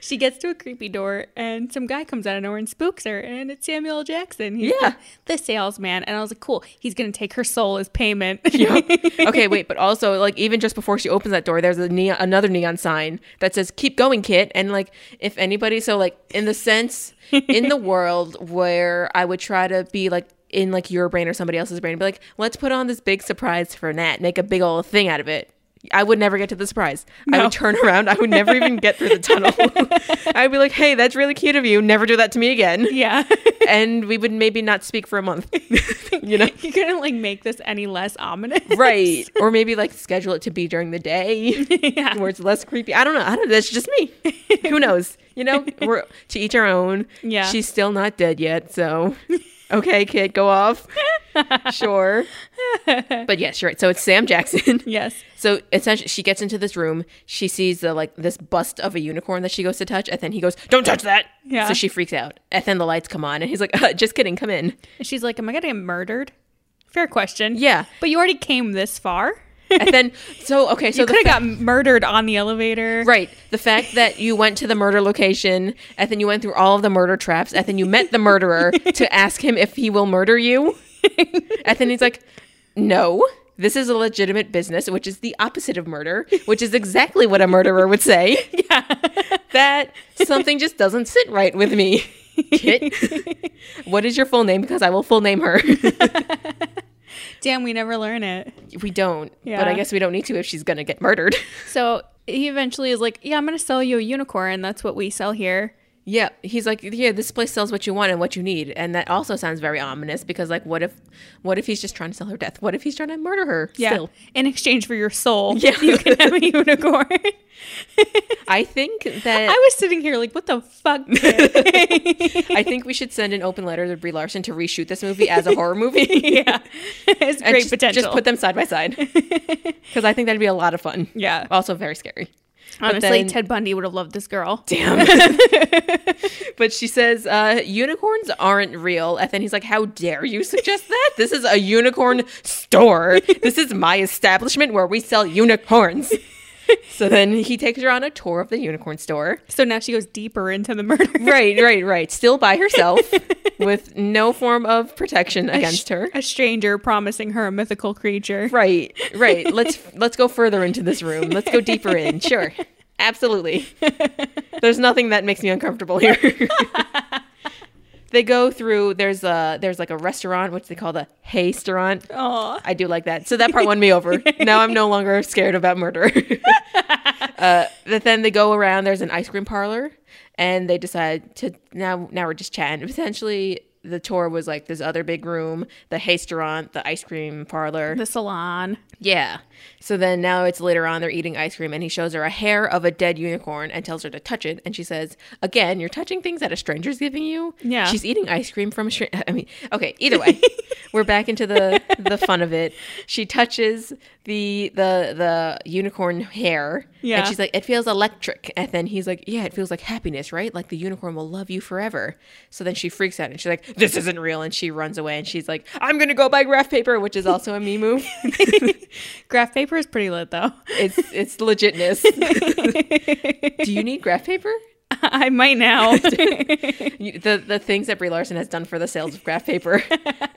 She gets to a creepy door and some guy comes out of nowhere and spooks her and it's Samuel L. Jackson. He's Yeah. the, the salesman. And I was like, cool, he's gonna take her soul as payment. [laughs] okay, wait, but also like even just before she opens that door, there's a neon, another neon sign that says "Keep going, Kit." And like, if anybody, so like in the sense in the world where I would try to be like in like your brain or somebody else's brain, be like, let's put on this big surprise for Nat, make a big old thing out of it. I would never get to the surprise. I would turn around. I would never even get through the tunnel. I'd be like, "Hey, that's really cute of you. Never do that to me [laughs] again." yeah. And we would maybe not speak for a month. [laughs] you know. you couldn't like make this any less ominous. [laughs] Right. Or maybe like schedule it to be during the day [laughs] [laughs] yeah. where it's less creepy. I don't know. I don't That's just me. [laughs] Who knows? You know, [laughs] we're to each our own. Yeah. She's still not dead yet. So, [laughs] okay, kid, [laughs] go off. sure. But yes, you're right. So it's Sam Jackson. [laughs] Yes. So essentially, she gets into this room. She sees the like this bust of a unicorn that she goes to touch, and then he goes, "Don't touch that!" Yeah. So she freaks out, and then the lights come on, and he's like, [laughs] uh, "Just kidding, come in." And she's like, Am I gonna get murdered? Fair question. Yeah. But you already came this far. And then so [laughs] okay, so you the could have got murdered on the elevator. Right. The fact that you went to the murder location, and then you went through all of the murder traps, and then you met the murderer to ask him if he will murder you. And then he's like, no, this is a legitimate business, which is the opposite of murder, which is exactly what a murderer would say. [laughs] Yeah. [laughs] [laughs] That something just doesn't sit right with me. Kit. What is your full name? Because I will full name her. Damn, we never learn it. we don't, but Yeah. I guess we don't need to if she's gonna get murdered. So he eventually is like, "Yeah, I'm gonna sell you a unicorn. That's what we sell here." Yeah, he's like, yeah, this place sells what you want and what you need, and that also sounds very ominous because, like, what if, what if he's just trying to sell her death? What if he's trying to murder her? Yeah, still? in exchange for your soul, Yeah. [laughs] you can have a unicorn. [laughs] I think I that I, was sitting here like, "What the fuck?" man?" think we should send an open letter to Brie Larson to reshoot this movie as a [laughs] horror movie. [laughs] yeah, it's And great just, potential. Just put them side by side because I think that'd be a lot of fun. [laughs] yeah, Also very scary. honestly, then- Ted Bundy would have loved this girl. Damn. [laughs] but she says uh, unicorns aren't real, and then he's like, "How dare you suggest that? This is a unicorn store. This is my establishment where we sell [laughs] unicorns." So then he takes her on a tour of the unicorn store. So now she goes deeper into the murder [laughs] Right, right, right. Still by [laughs] herself with no form of protection A against sh- her. A stranger promising her a mythical creature. Right, [laughs] right. Let's let's go further into this room. Let's go deeper in. Sure. [laughs] Absolutely. There's nothing that makes me uncomfortable here. [laughs] they go through there's a there's like a restaurant, which they call the Hey restaurant. Oh, I do like that. So that part won me over. Now I'm no longer scared about [laughs] murder. uh, but then they go around. There's an ice cream parlor, and they decide to now. Now we're just chatting. Essentially, the tour was like this other big room, the restaurant, the ice cream parlor. the salon. Yeah. So then now it's later on, they're eating ice cream, and he shows her a hair of a dead unicorn and tells her to touch it. And she says, Again, you're touching things that a stranger's giving you. Yeah. She's eating ice cream from a str- [laughs] I mean, okay, [laughs] either way. We're back into the the fun of it. She touches the the the unicorn hair. Yeah. And she's like, it feels electric. And then he's like, Yeah, it feels like happiness, right? Like the unicorn will love you forever. So then she freaks out and she's like, This isn't real. And she runs away and she's like, I'm gonna go buy graph paper, which is also a me move. Graph paper is pretty lit though. [laughs] It's it's legitness. Do you need graph paper? I might [laughs] now. You- The the things that Brie Larson has done for the sales of graph paper,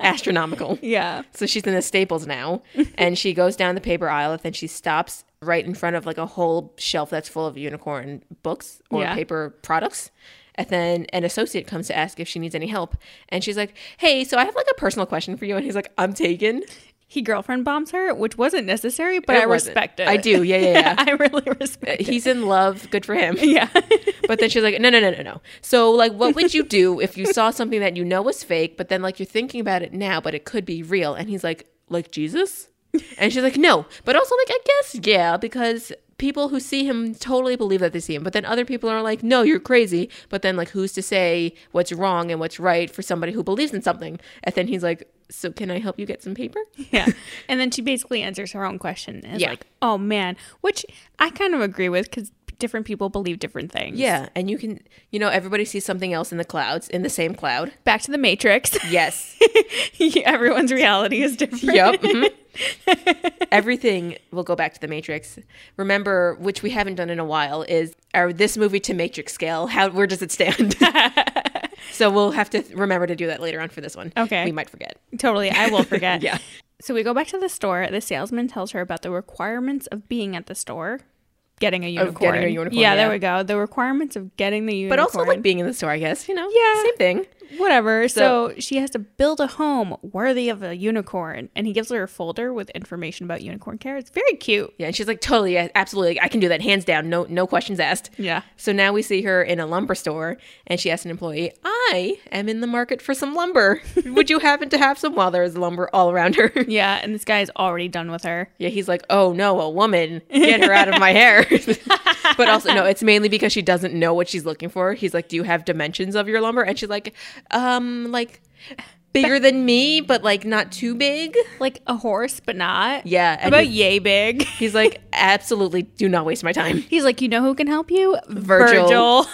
astronomical. yeah. So she's in the Staples now, and she goes down the paper aisle, and then she stops right in front of like a whole shelf that's full of unicorn books or Yeah. paper products. And then an associate comes to ask if she needs any help, and she's like, "Hey, so I have like a personal question for you." And he's like, "I'm taken." He girlfriend bombs her, which wasn't necessary, but It I wasn't. respect it. I do. Yeah, yeah, yeah. [laughs] I really respect [laughs] it. He's in love. Good for him. Yeah. But then she's like, no, no, no, no, no. So, like, what would you do if you saw something that you know was fake, but then, like, you're thinking about it now, but it could be real? And he's like, like Jesus? And she's like, no. But also, like, I guess, yeah, because people who see him totally believe that they see him. But then other people are like, no, you're crazy. But then, like, who's to say what's wrong and what's right for somebody who believes in something? And then he's like, so can I help you get some paper? yeah. And then she basically answers her own question. It's Yeah. like, oh man, which I kind of agree with because different people believe different things. Yeah. And you can, you know, everybody sees something else in the clouds, in the same cloud. Back to the Matrix. Yes. [laughs] Everyone's reality [laughs] is different. Yep. [laughs] mhm. Everything will go back to the Matrix. Remember, which we haven't done in a while, is our this movie to Matrix scale. How where does [laughs] it stand? so we'll have to remember to do that later on for this one. Okay. we might forget. Totally. I will forget. [laughs] Yeah. So we go back to the store. The salesman tells her about the requirements of being at the store, getting a Of unicorn. getting a unicorn, Yeah, there yeah. we go. The requirements of getting the unicorn. But also like being in the store, I guess. You know. Yeah. Same thing. whatever. So, she has to build a home worthy of a unicorn, and he gives her a folder with information about unicorn care. It's very cute. Yeah. And she's like, totally, yeah, absolutely, I can do that, hands down, no, no questions asked. Yeah. So now we see her in a lumber store, and she asks an employee, "I am in the market for some lumber. [laughs] Would you happen to have some?" While there is lumber all around her. Yeah, and this guy is already done with her. Yeah, he's like, oh no, [laughs] a woman, get her out of my hair. but also, no, it's mainly because she doesn't know what she's looking for. He's like, do you have dimensions of your lumber? And she's like, um, like bigger than me, but like not too big. Like a horse, but not. Yeah. How And about he- yay big? [laughs] he's like, absolutely do not waste my time. He's like, you know who can help you? Virgil.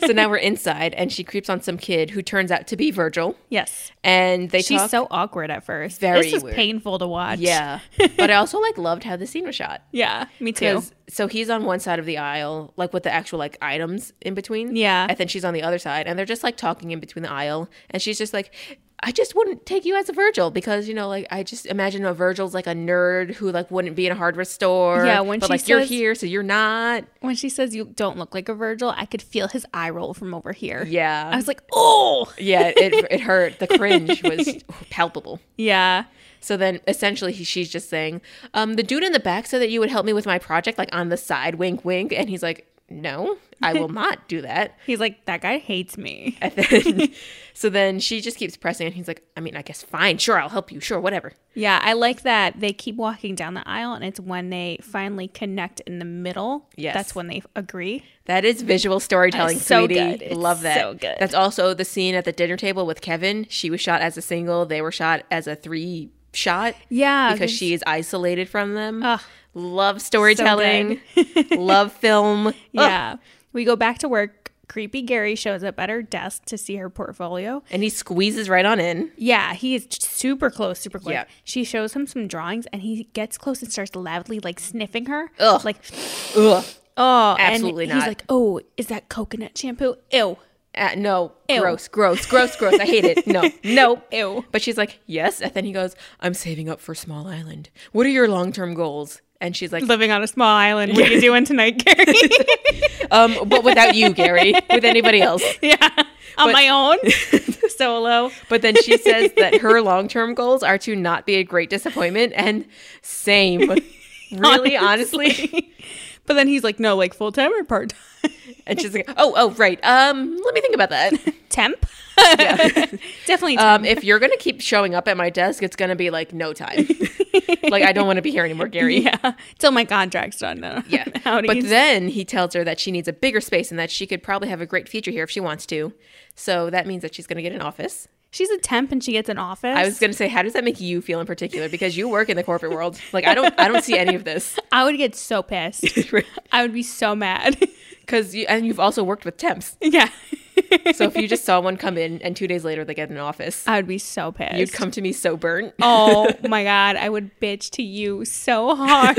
so now we're inside, and she creeps on some kid who turns out to be Virgil. Yes. And they She's talk. so awkward at first. Very this is weird. painful to watch. [laughs] yeah. but I also like loved how the scene was shot. Yeah, me too. Because so he's on one side of the aisle, like with the actual like items in between. Yeah. And then she's on the other side, and they're just like talking in between the aisle, and she's just like, I just wouldn't take you as a Virgil because you know, like I just imagine a Virgil's like a nerd who like wouldn't be in a hardware store. Yeah, when but she like you're says- here, so you're not. When she says you don't look like a Virgil, I could feel his eye roll from over here. Yeah, I was like, oh, [laughs] yeah, it, it hurt. [laughs] The cringe was palpable. yeah, So then essentially he, she's just saying, um, the dude in the back said that you would help me with my project, like on the side, wink, wink. And he's like, no, I [laughs] will not do that. He's like, that guy hates me. And [laughs] then, so then she just keeps pressing. And he's like, I mean, I guess fine. Sure, I'll help you. Sure, whatever. Yeah, I like that they keep walking down the aisle, and it's when they finally connect in the middle. Yes. that's when they agree. That is visual storytelling, That is so sweetie. good. It's Love that. so good. That's also the scene at the dinner table with Kevin. She was shot as a single. They were shot as a three shot Yeah, because she is isolated from them. Ugh. Love storytelling. [laughs] love film. Ugh. Yeah, we go back to work. Creepy Gary shows up at her desk to see her portfolio. And he squeezes right on in. Yeah, he is super close, super quick. Yeah. She shows him some drawings, and he gets close and starts loudly like sniffing her. Ugh. Like, Ugh. oh, and Absolutely He's not. like, oh, is that coconut shampoo? Ew, Uh, no. Gross, gross, gross, gross. I hate it. No, no. ew. But she's like, yes. And then he goes, I'm saving up for Small Island. What are your long term goals? And [laughs] she's like, Living on a small island. What are you doing tonight, Gary? [laughs] um, but without you, Gary, with anybody else. yeah, on my [laughs] own, solo. But then she says that her long term goals are to not be a great disappointment. And same. Really, honestly. [laughs] but then he's like, no, like full time or part time? And she's like, oh, oh, right. Um, let me think about that. [laughs] Temp? Definitely temp. Um, if you're going to keep showing up at my desk, it's going to be like no time. like, I don't want to be here anymore, Gary. yeah. Till my contract's done. Though. [laughs] Yeah. But Outings. then he tells her that she needs a bigger space and that she could probably have a great future here if she wants to. So that means that she's going to get an office. She's a temp and she gets an office. I was going to say, how does that make you feel in particular? Because you work in the corporate world. Like, I don't, I don't see any of this. I would get so pissed. [laughs] I would be so mad. [laughs] Because you, and you've also worked with temps. yeah. So if you just saw one come in and two days later they get an office, I would be so pissed. you'd come to me so burnt. [laughs] oh my God. I would bitch to you so [laughs] hard.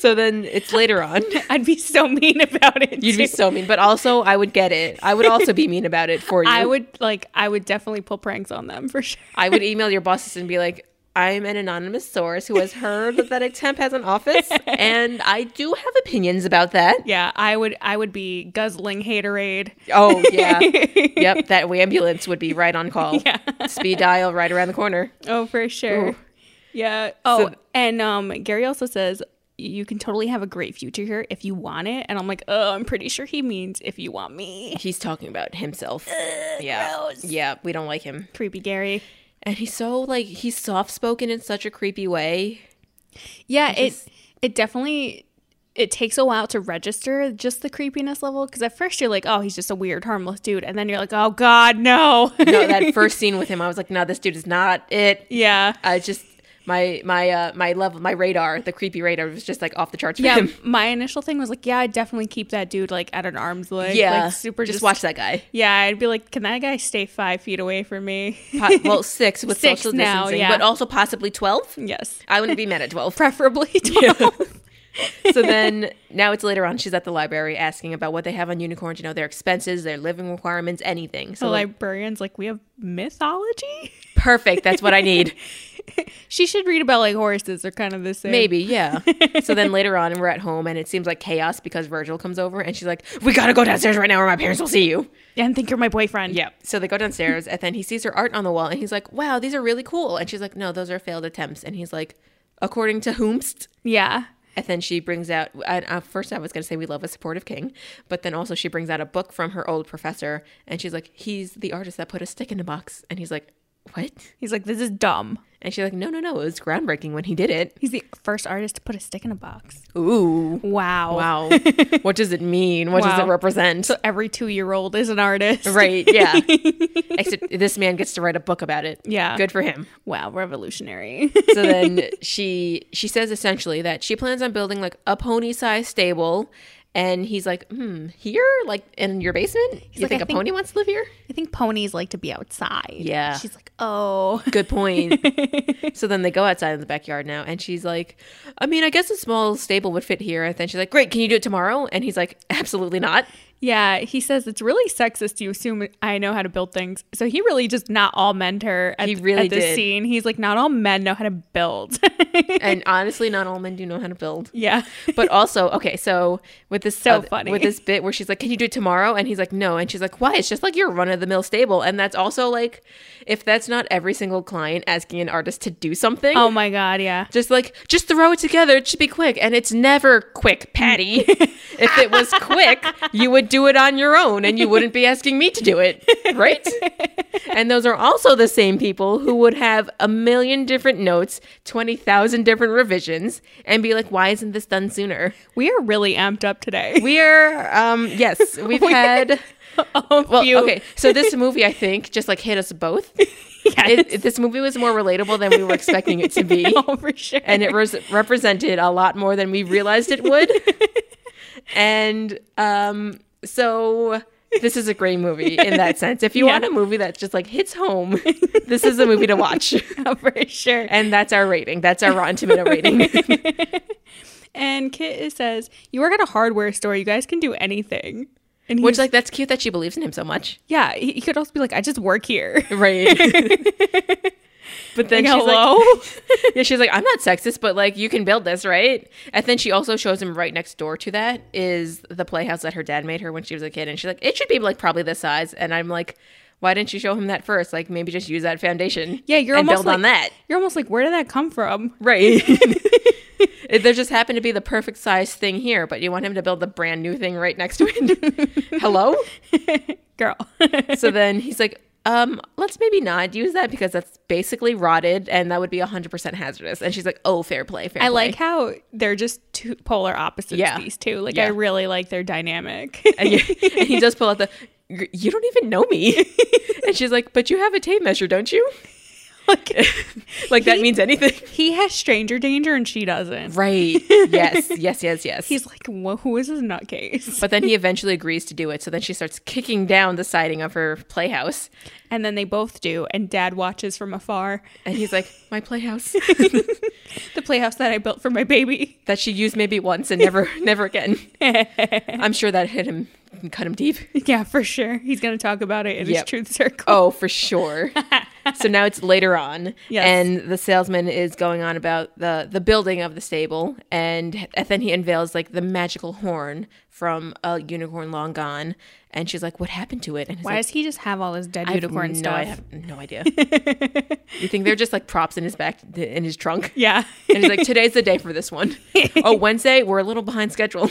so then it's [laughs] later on. I'd be so mean about it. You'd be too. so mean, but also I would get it. I would also be mean about it for you. I would like, I would definitely pull pranks on them for sure. I would email your bosses and be like, I'm an anonymous source who has heard that a temp has [laughs] an office, and I do have opinions about that. Yeah, I would. I would be guzzling haterade. Oh, [laughs] yeah. yep, that ambulance would be right on call. Speed dial right around the corner. Oh, for sure. Ooh. Yeah. Oh, So- and um, Gary also says you can totally have a great future here if you want it. And I'm like, oh, I'm pretty sure he means if you want me. He's talking about himself. yeah. gross. Yeah, we don't like him. Creepy Gary. And he's so like he's soft spoken in such a creepy way. Yeah, it it definitely it takes a while to register just the creepiness level because at first you're like, oh, he's just a weird, harmless dude, and then you're like, oh God, no. No, that first scene with him, I was like, no, this dude is not it. [laughs] yeah. I just my my uh my level my radar, the creepy radar was just like off the charts for Yeah, him. [laughs] my initial thing was like, yeah, I'd definitely keep that dude like at an arm's length. Yeah. like, super. just, Just, watch that guy. Yeah, I'd be like, can that guy stay five feet away from me? [laughs] Po- well, six with Six social now, distancing, yeah. but also possibly twelve. yes, I wouldn't be mad at twelve. [laughs] [laughs] preferably twelve. so then now it's later on. She's at the library asking about what they have on unicorns. You know, their expenses, their living requirements, anything. The So like, librarian's like, we have mythology. [laughs] perfect. That's what I need. She should read about like horses. They're kind of the same. Maybe, yeah. so then later on, we're at home, and it seems like chaos because Virgil comes over, and she's like, "We gotta go downstairs right now, or my parents will see you." and think you're my boyfriend. Yeah. So they go downstairs, and then he sees her art on the wall, and he's like, "Wow, these are really cool." And she's like, "No, those are failed attempts." And he's like, "According to whomst." yeah. And then she brings out. I, uh, first, I was gonna say we love a supportive king, but then also she brings out a book from her old professor, and she's like, "He's the artist that put a stick in a box," and he's like, "What?" He's like, this is dumb. And she's like, "No, no, no, it was groundbreaking when he did it." He's the first artist to put a stick in a box. Ooh. Wow. [laughs] Wow. what does it mean? What does it Wow. represent? [laughs] Every two year old is an artist. Right. Yeah. Except this man gets to write a book about it. Yeah. Good [laughs] for him. [laughs] Wow, revolutionary. [laughs] So then she she says essentially that she plans on building like a pony sized stable. And he's like, hmm, here? Like in your basement? you like, think "I a think- pony wants to live here? I think ponies like to be outside. Yeah. She's like, oh. Good [laughs] point. so then they go outside in the backyard now. And she's like, I mean, I guess a small stable would fit here. And then she's like, great, can you do it tomorrow? And he's like, absolutely not. Yeah, he says it's really sexist to assume I know how to build things. So he really just not all men her at, He really at this did. scene. He's like, not all men know how to build. [laughs] and honestly, not all men do know how to build. yeah. But also, okay, so with this So uh, funny. with this bit where she's like, "Can you do it tomorrow?" and he's like, "No," and she's like, "Why?" It's just like your run of the mill stable, and that's also like, if that's not every single client asking an artist to do something, Oh my god, yeah. just like just throw it together, it should be quick, and it's never quick, [laughs] Patty. if it was quick, you would do it on your own, and you wouldn't be asking me to do it, right? and those are also the same people who would have a million different notes, twenty thousand different revisions, and be like, "Why isn't this done sooner?" We are really amped up today. [laughs] We are, um, [laughs] yes, we've We- had. oh, Well, phew. [laughs] okay, so this movie, I think, just like hit us [laughs] both. Yes. [laughs] It, it- this movie was more relatable than we were expecting it to [laughs] be, oh, for sure. [laughs] and it was represented a lot more than we realized it [laughs] would. And um, so this is a great movie in [laughs] that sense. If you Yeah. want a movie that just like hits home, this is a movie to watch. Oh, for sure. And that's our rating. That's our Rotten Tomato rating. And Kit is- says, "You work at a hardware store. You guys can do anything." And [laughs] Which, he's- like, that's cute that she believes in him so much. yeah, he, he could also be like, "I just work here." [laughs] [laughs] Right. but then Like, she's hello? like, yeah, she's like, I'm not sexist, but like, you can build this, right? And then she also shows him right next door to that is the playhouse that her dad made her when she was a kid, and she's like, it should be like probably this size, and I'm like, why didn't you show him that first? Like, maybe just use that foundation. Yeah, you're and almost build on that, like- [laughs] You're almost like, "Where did that come from?" [laughs] [laughs] right? If there just happened to be the perfect size thing here, but you want him to build the brand new thing right next to [laughs] it. Hello. Girl. [laughs] So then he's like, um, let's maybe not use that because that's basically rotted and that would be 100% hazardous. And she's like, oh, fair play, fair I play. like how they're just two polar opposites. Yeah. These two, like, I Yeah. really like their dynamic. And, you- [laughs] and he does pull out the, you don't even know [laughs] me. and she's like, but you have a tape measure, don't you? [laughs] [laughs] like, Like that means anything. he has stranger danger and she doesn't. Right. [laughs] Yes, yes, yes, yes. He's like, "Wha- "Who is this nutcase?" but then he eventually agrees to do it. So then she starts kicking down the siding of her playhouse. And then they both do, and Dad watches from afar. And he's like, my playhouse The playhouse that I built for my baby. [laughs] that she used maybe once and never, [laughs] never again. I'm sure that hit him and cut him deep. Yeah, for sure. He's going to talk about it in Yep. his truth circle. Oh, for sure. so now it's later on, Yes. and the salesman is going on about the the building of the stable, and, and then he unveils like the magical horn from a unicorn long gone, and she's like, "What happened to it?" And [laughs] he's Why like, does he just have all this dead "I have unicorn no, stuff? I have no [laughs] idea. you think they're just like props in his back in his trunk? yeah. [laughs] And he's like, today's the day for this one. oh, Wednesday, we're a little [laughs] behind schedule.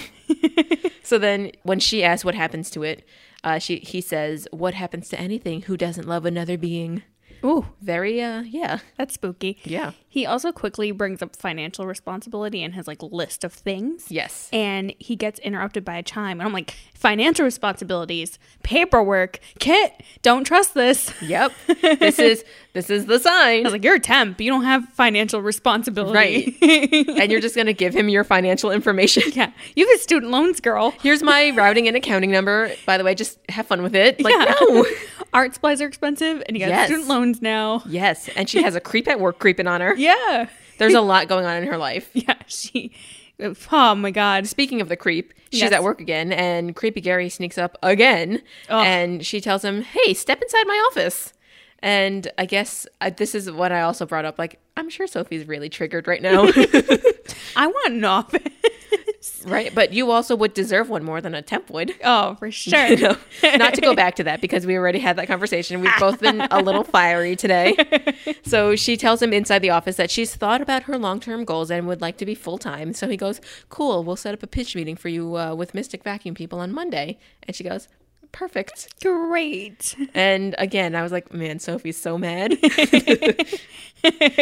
so then when she asks what happens to it, uh, she he says, What happens to anything who doesn't love another being? Ooh, Very uh yeah. that's spooky. Yeah. He also quickly brings up financial responsibility and his like list of things. Yes. And he gets interrupted by a chime. And I'm like, financial responsibilities, paperwork, Kit, don't trust this. [laughs] I Yep. this is this is the sign. was like, you're a temp. You don't have financial responsibility. Right. And you're just gonna give him your financial information. [laughs] yeah. You have student loans, girl. Here's my routing and accounting number. By the way, just have fun with it. Like Yeah. no. [laughs] Art supplies are expensive and you got Yes. student loans now. Yes. And she has a creep at work creeping on her. Yeah. There's a lot going on in her life. Yeah. She, oh my God. Speaking of the creep, she's Yes. at work again, and creepy Gary sneaks up again, Ugh. and she tells him, "Hey, step inside my office." And I guess uh, this is what I also brought up. Like, I'm sure Sophie's really triggered [laughs] right now, [laughs] I want an office. [laughs] right? But you also would deserve one more than a temp would. Oh, for sure. [laughs] You know? Not to go back to that because we already had that conversation. We've both been a little fiery today. So she tells him inside the office that she's thought about her long term goals and would like to be full time. So he goes, Cool, we'll set up a pitch meeting for you uh, with Mystic Vacuum People on Monday. And she goes, Perfect. Great. And again, I was like, man, Sophie's so mad.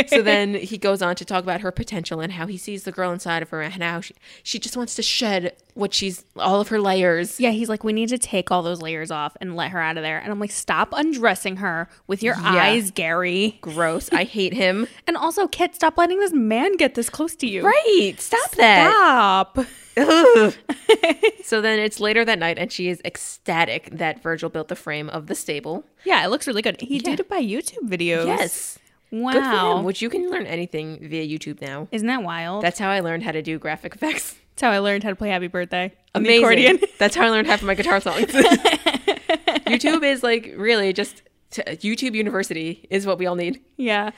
so then he goes on to talk about her potential and how he sees the girl inside of her and how she, she just wants to shed what she's, all of her layers. Yeah, he's like, we need to take all those layers off and let her out of there. And I'm like, stop undressing her with your eyes, Gary. Gross. I hate him. And also, Kit, stop letting this man get this close to you. Right. Stop that. Stop. So then it's later that night, and she is ecstatic that Virgil built the frame of the stable. Yeah, it looks really good. He did it by YouTube videos. Good for him, Wow. which you can learn anything via YouTube now. Isn't that wild? That's how I learned how to do graphic effects. That's how I learned how to play Happy Birthday. on the [laughs] Amazing. [laughs] [laughs] accordion. That's how I learned half of my guitar [laughs] songs. YouTube is like really just t- YouTube University is what we all need. yeah.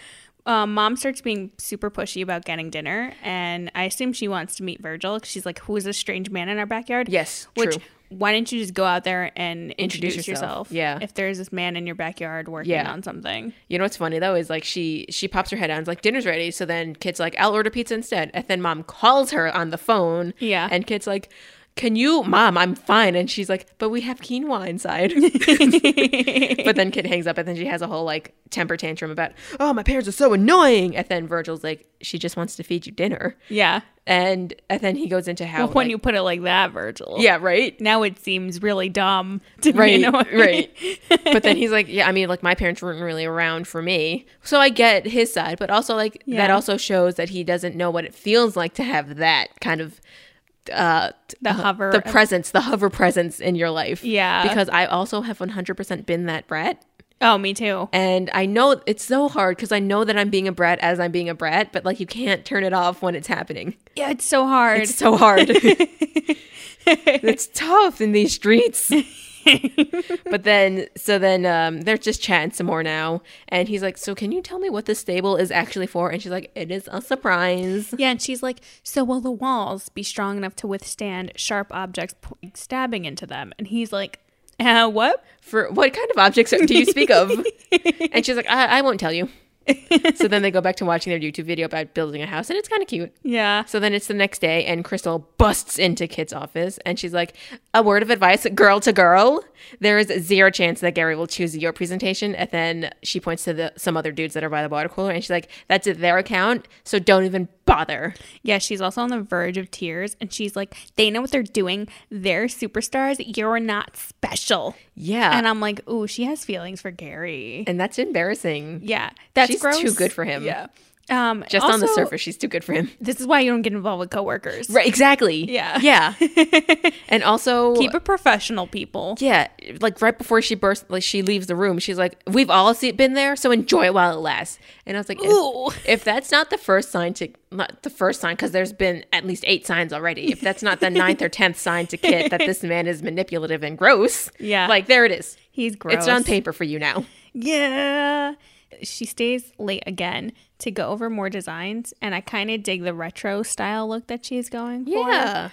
Um, Mom starts being super pushy about getting dinner, and I assume she wants to meet Virgil because she's like, "Who is this strange man in our backyard?" Yes, Which true. why didn't you just go out there and Introduce introduce, yourself? yourself. Yeah. If there's this man in your backyard working Yeah. on [laughs] something. You know what's funny though is like she she pops her head out and is like dinner's ready. So then Kit's like I'll order pizza instead. And then mom calls her on the phone. Yeah. And Kit's like, "Can you, mom? I'm fine." And she's like, "But we have quinoa inside." [laughs] but then Kit hangs up and then she has a whole like temper tantrum about, "Oh, my parents are so annoying." And then Virgil's like, "She just wants to feed you dinner." Yeah. And and then he goes into how Well, when like- you put it Oh, like that, Virgil. yeah right Now it seems really dumb to [laughs] right be annoyed. right but then he's like yeah i mean like my parents weren't really around for me so i get his side but also like that Yeah. also shows that he doesn't know what it feels like to have that kind of uh t- The hover. the presence the hover presence in your life Yeah. because i also have 100% been that brat oh, me too. and i know it's so hard because i know that i'm being a brat as i'm being a brat but like you can't turn it off when it's happening Yeah, it's so hard. it's so hard. [laughs] it's tough in these streets. [laughs] but then, so then um, they're just chatting some more now. And he's like, So can you tell me what the stable is actually for? And she's like, It is a surprise. yeah, and she's like, "So will the walls be strong enough to withstand sharp objects p- stabbing into them?" And he's like, "Uh, what?" For what kind of objects do you speak of? and she's like, I, I won't tell [laughs] you. so then they go back to watching their YouTube video about building a house, and it's kind of cute. Yeah, So then it's the next day, and Crystal busts into Kit's office, and she's like, "A word of advice, girl to girl. There is zero chance that Gary will choose your presentation." And then she points to the some other dudes that are by the water cooler, and she's like, "That's their account, so don't even bother." yeah. She's also on the verge of tears, and she's like, "They know what they're doing. They're superstars. You're not special." Yeah, and and, I'm like, "Ooh, she has feelings for Gary." that's embarrassing. Yeah, that's She's gross. too good for him. Yeah. Um, Just on the also, surface, she's too good for him. This is why you don't get involved with coworkers. Right? Exactly. Yeah. Yeah. [laughs] and also, Keep it professional, people. Yeah, like right before she bursts, like she leaves the room, she's like, "We've all see, been there, so enjoy it while it lasts." And I was like, Ooh. if, if that's not the first sign to not the first sign, because there's been at least eight signs already. If that's [laughs] not the ninth or tenth sign to Kit that this man is manipulative and gross, Yeah. like there it is. He's gross. It's on paper for you now. Yeah. She stays late again to go over more designs, and I kind of dig the retro style look that she's going for.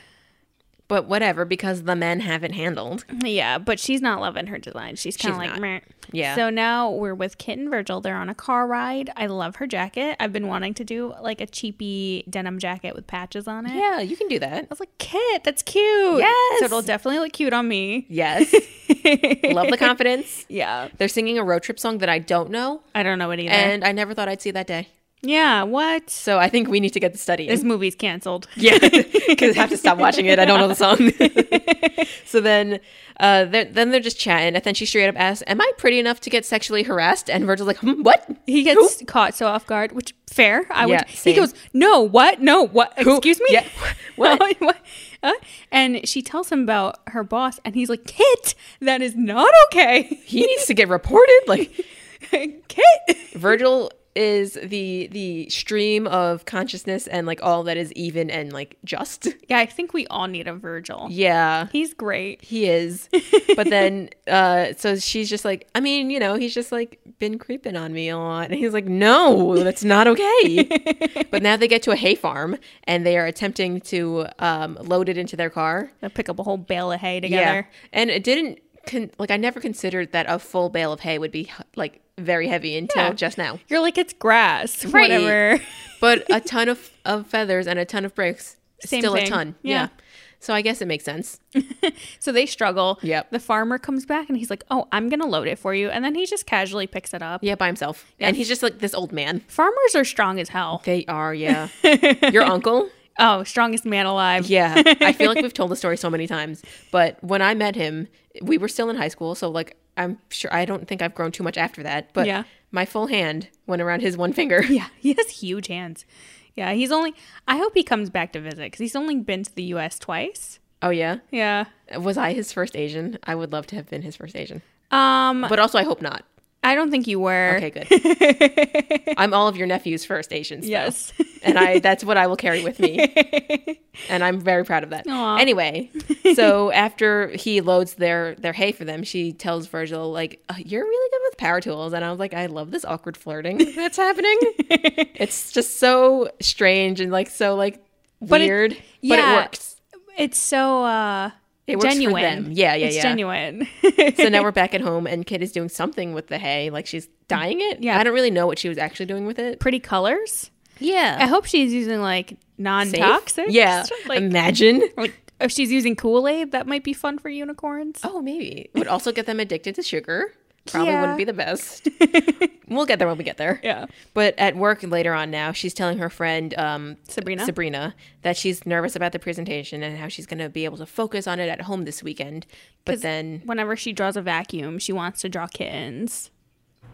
But whatever, because the men haven't handled. Yeah, but she's not loving her design. She's kind She's of like, not. Meh. Yeah. So now we're with Kit and Virgil. They're on a car ride. I love her jacket. I've been wanting to do like a cheapy denim jacket with patches on it. Yeah, you can do that. I was like, Kit, that's cute. Yes. So it'll definitely look cute on me. Yes. [laughs] Love the [laughs] confidence. [laughs] Yeah. They're singing a road trip song that I don't know, I don't know it either. and I never thought I'd see that day. yeah, what? So I think we need to get the study. in. This movie's canceled. [laughs] [laughs] Yeah, because I have to stop watching it. I don't know the song. [laughs] so then, uh, they're, then they're just chatting, and then she straight up asks, "Am I pretty enough to get sexually harassed?" And Virgil's like, hmm, "What? He gets caught so off guard, which fair. I Yeah, would. same. He goes, no, what, no, what? Who- Excuse me. [laughs] Yeah, what? What? Huh? and she tells him about her boss, and he's like, "Kit, that is not okay, [laughs] He needs to get reported." [laughs] Like Kit." Virgil is the the stream of consciousness and like all that is even and like just. Yeah, I think we all need a Virgil. Yeah. He's great. He is. [laughs] But then uh so she's just like, I mean, you know, he's just like been creeping on me a lot. And he's like, No, that's [laughs] not okay. but now they get to a hay farm and they are attempting to um load it into their car. They pick up a whole bale of hay together. And it didn't con- like I never considered that a full bale of hay would be like very heavy until Yeah. just now. You're like, it's grass, [laughs] Right. whatever. But a ton of of feathers and a ton of bricks, Same still a thing. ton. Yeah. yeah. So I guess it makes sense. So they struggle. Yep. The farmer comes back and he's like, "Oh, I'm gonna load it for you," and then he just casually picks it up. Yeah, by himself. And he's just like this old man. Farmers are strong as hell. They are, yeah. Your uncle? Oh, strongest man alive. Yeah. I feel like we've told the story so many times. But when I met him, we were still in high school. So, like, I'm sure I don't think I've grown too much after that. But Yeah. my full hand went around his one finger. [laughs] Yeah, [laughs] he has huge hands. Yeah, he's only. I hope he comes back to visit because he's only been to the U.S. twice. Oh, yeah. Yeah. Was I his first Asian? I would love to have been his first Asian. Um. But also, I hope not. I don't think you were. Okay, good. I'm all of your nephews first Asians. though. Yes. and I that's what I will carry with me. [laughs] and I'm very proud of that. Aw. Anyway, so after he loads their their hay for them, she tells Virgil like, "Uh, "You're really good with power tools," and I was like, "I love this [laughs] awkward flirting that's happening. it's just so strange and like so like it- weird, but yeah. it works. [laughs] It's so uh It works for genuine. them. Yeah, yeah, it's yeah. genuine. [laughs] So now we're back at home, and Kit is doing something with the hay, like she's dyeing it. Yeah. I don't really know what she was actually doing with it. pretty colors. I Yeah, hope she's using like Safe? non-toxic. Yeah, Um, Like, imagine. like if she's using Kool-Aid, that might be fun for unicorns. Oh, maybe. Would also get them addicted to sugar. Probably Yeah. wouldn't be [laughs] the best. we'll get there when we get there. Yeah. But at work later on now, she's telling her friend um, Sabrina. Sabrina that she's nervous about the presentation and how she's going to be able to focus on it at home this weekend. But 'Cause- then, Whenever she draws a vacuum, she wants to draw kittens.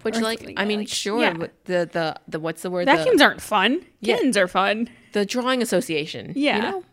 which or like, something, I yeah, mean, like- sure, yeah. but the the the what's the word? Vacuums aren't fun. Yeah. Kittens are fun. The, the drawing association. Yeah. you know,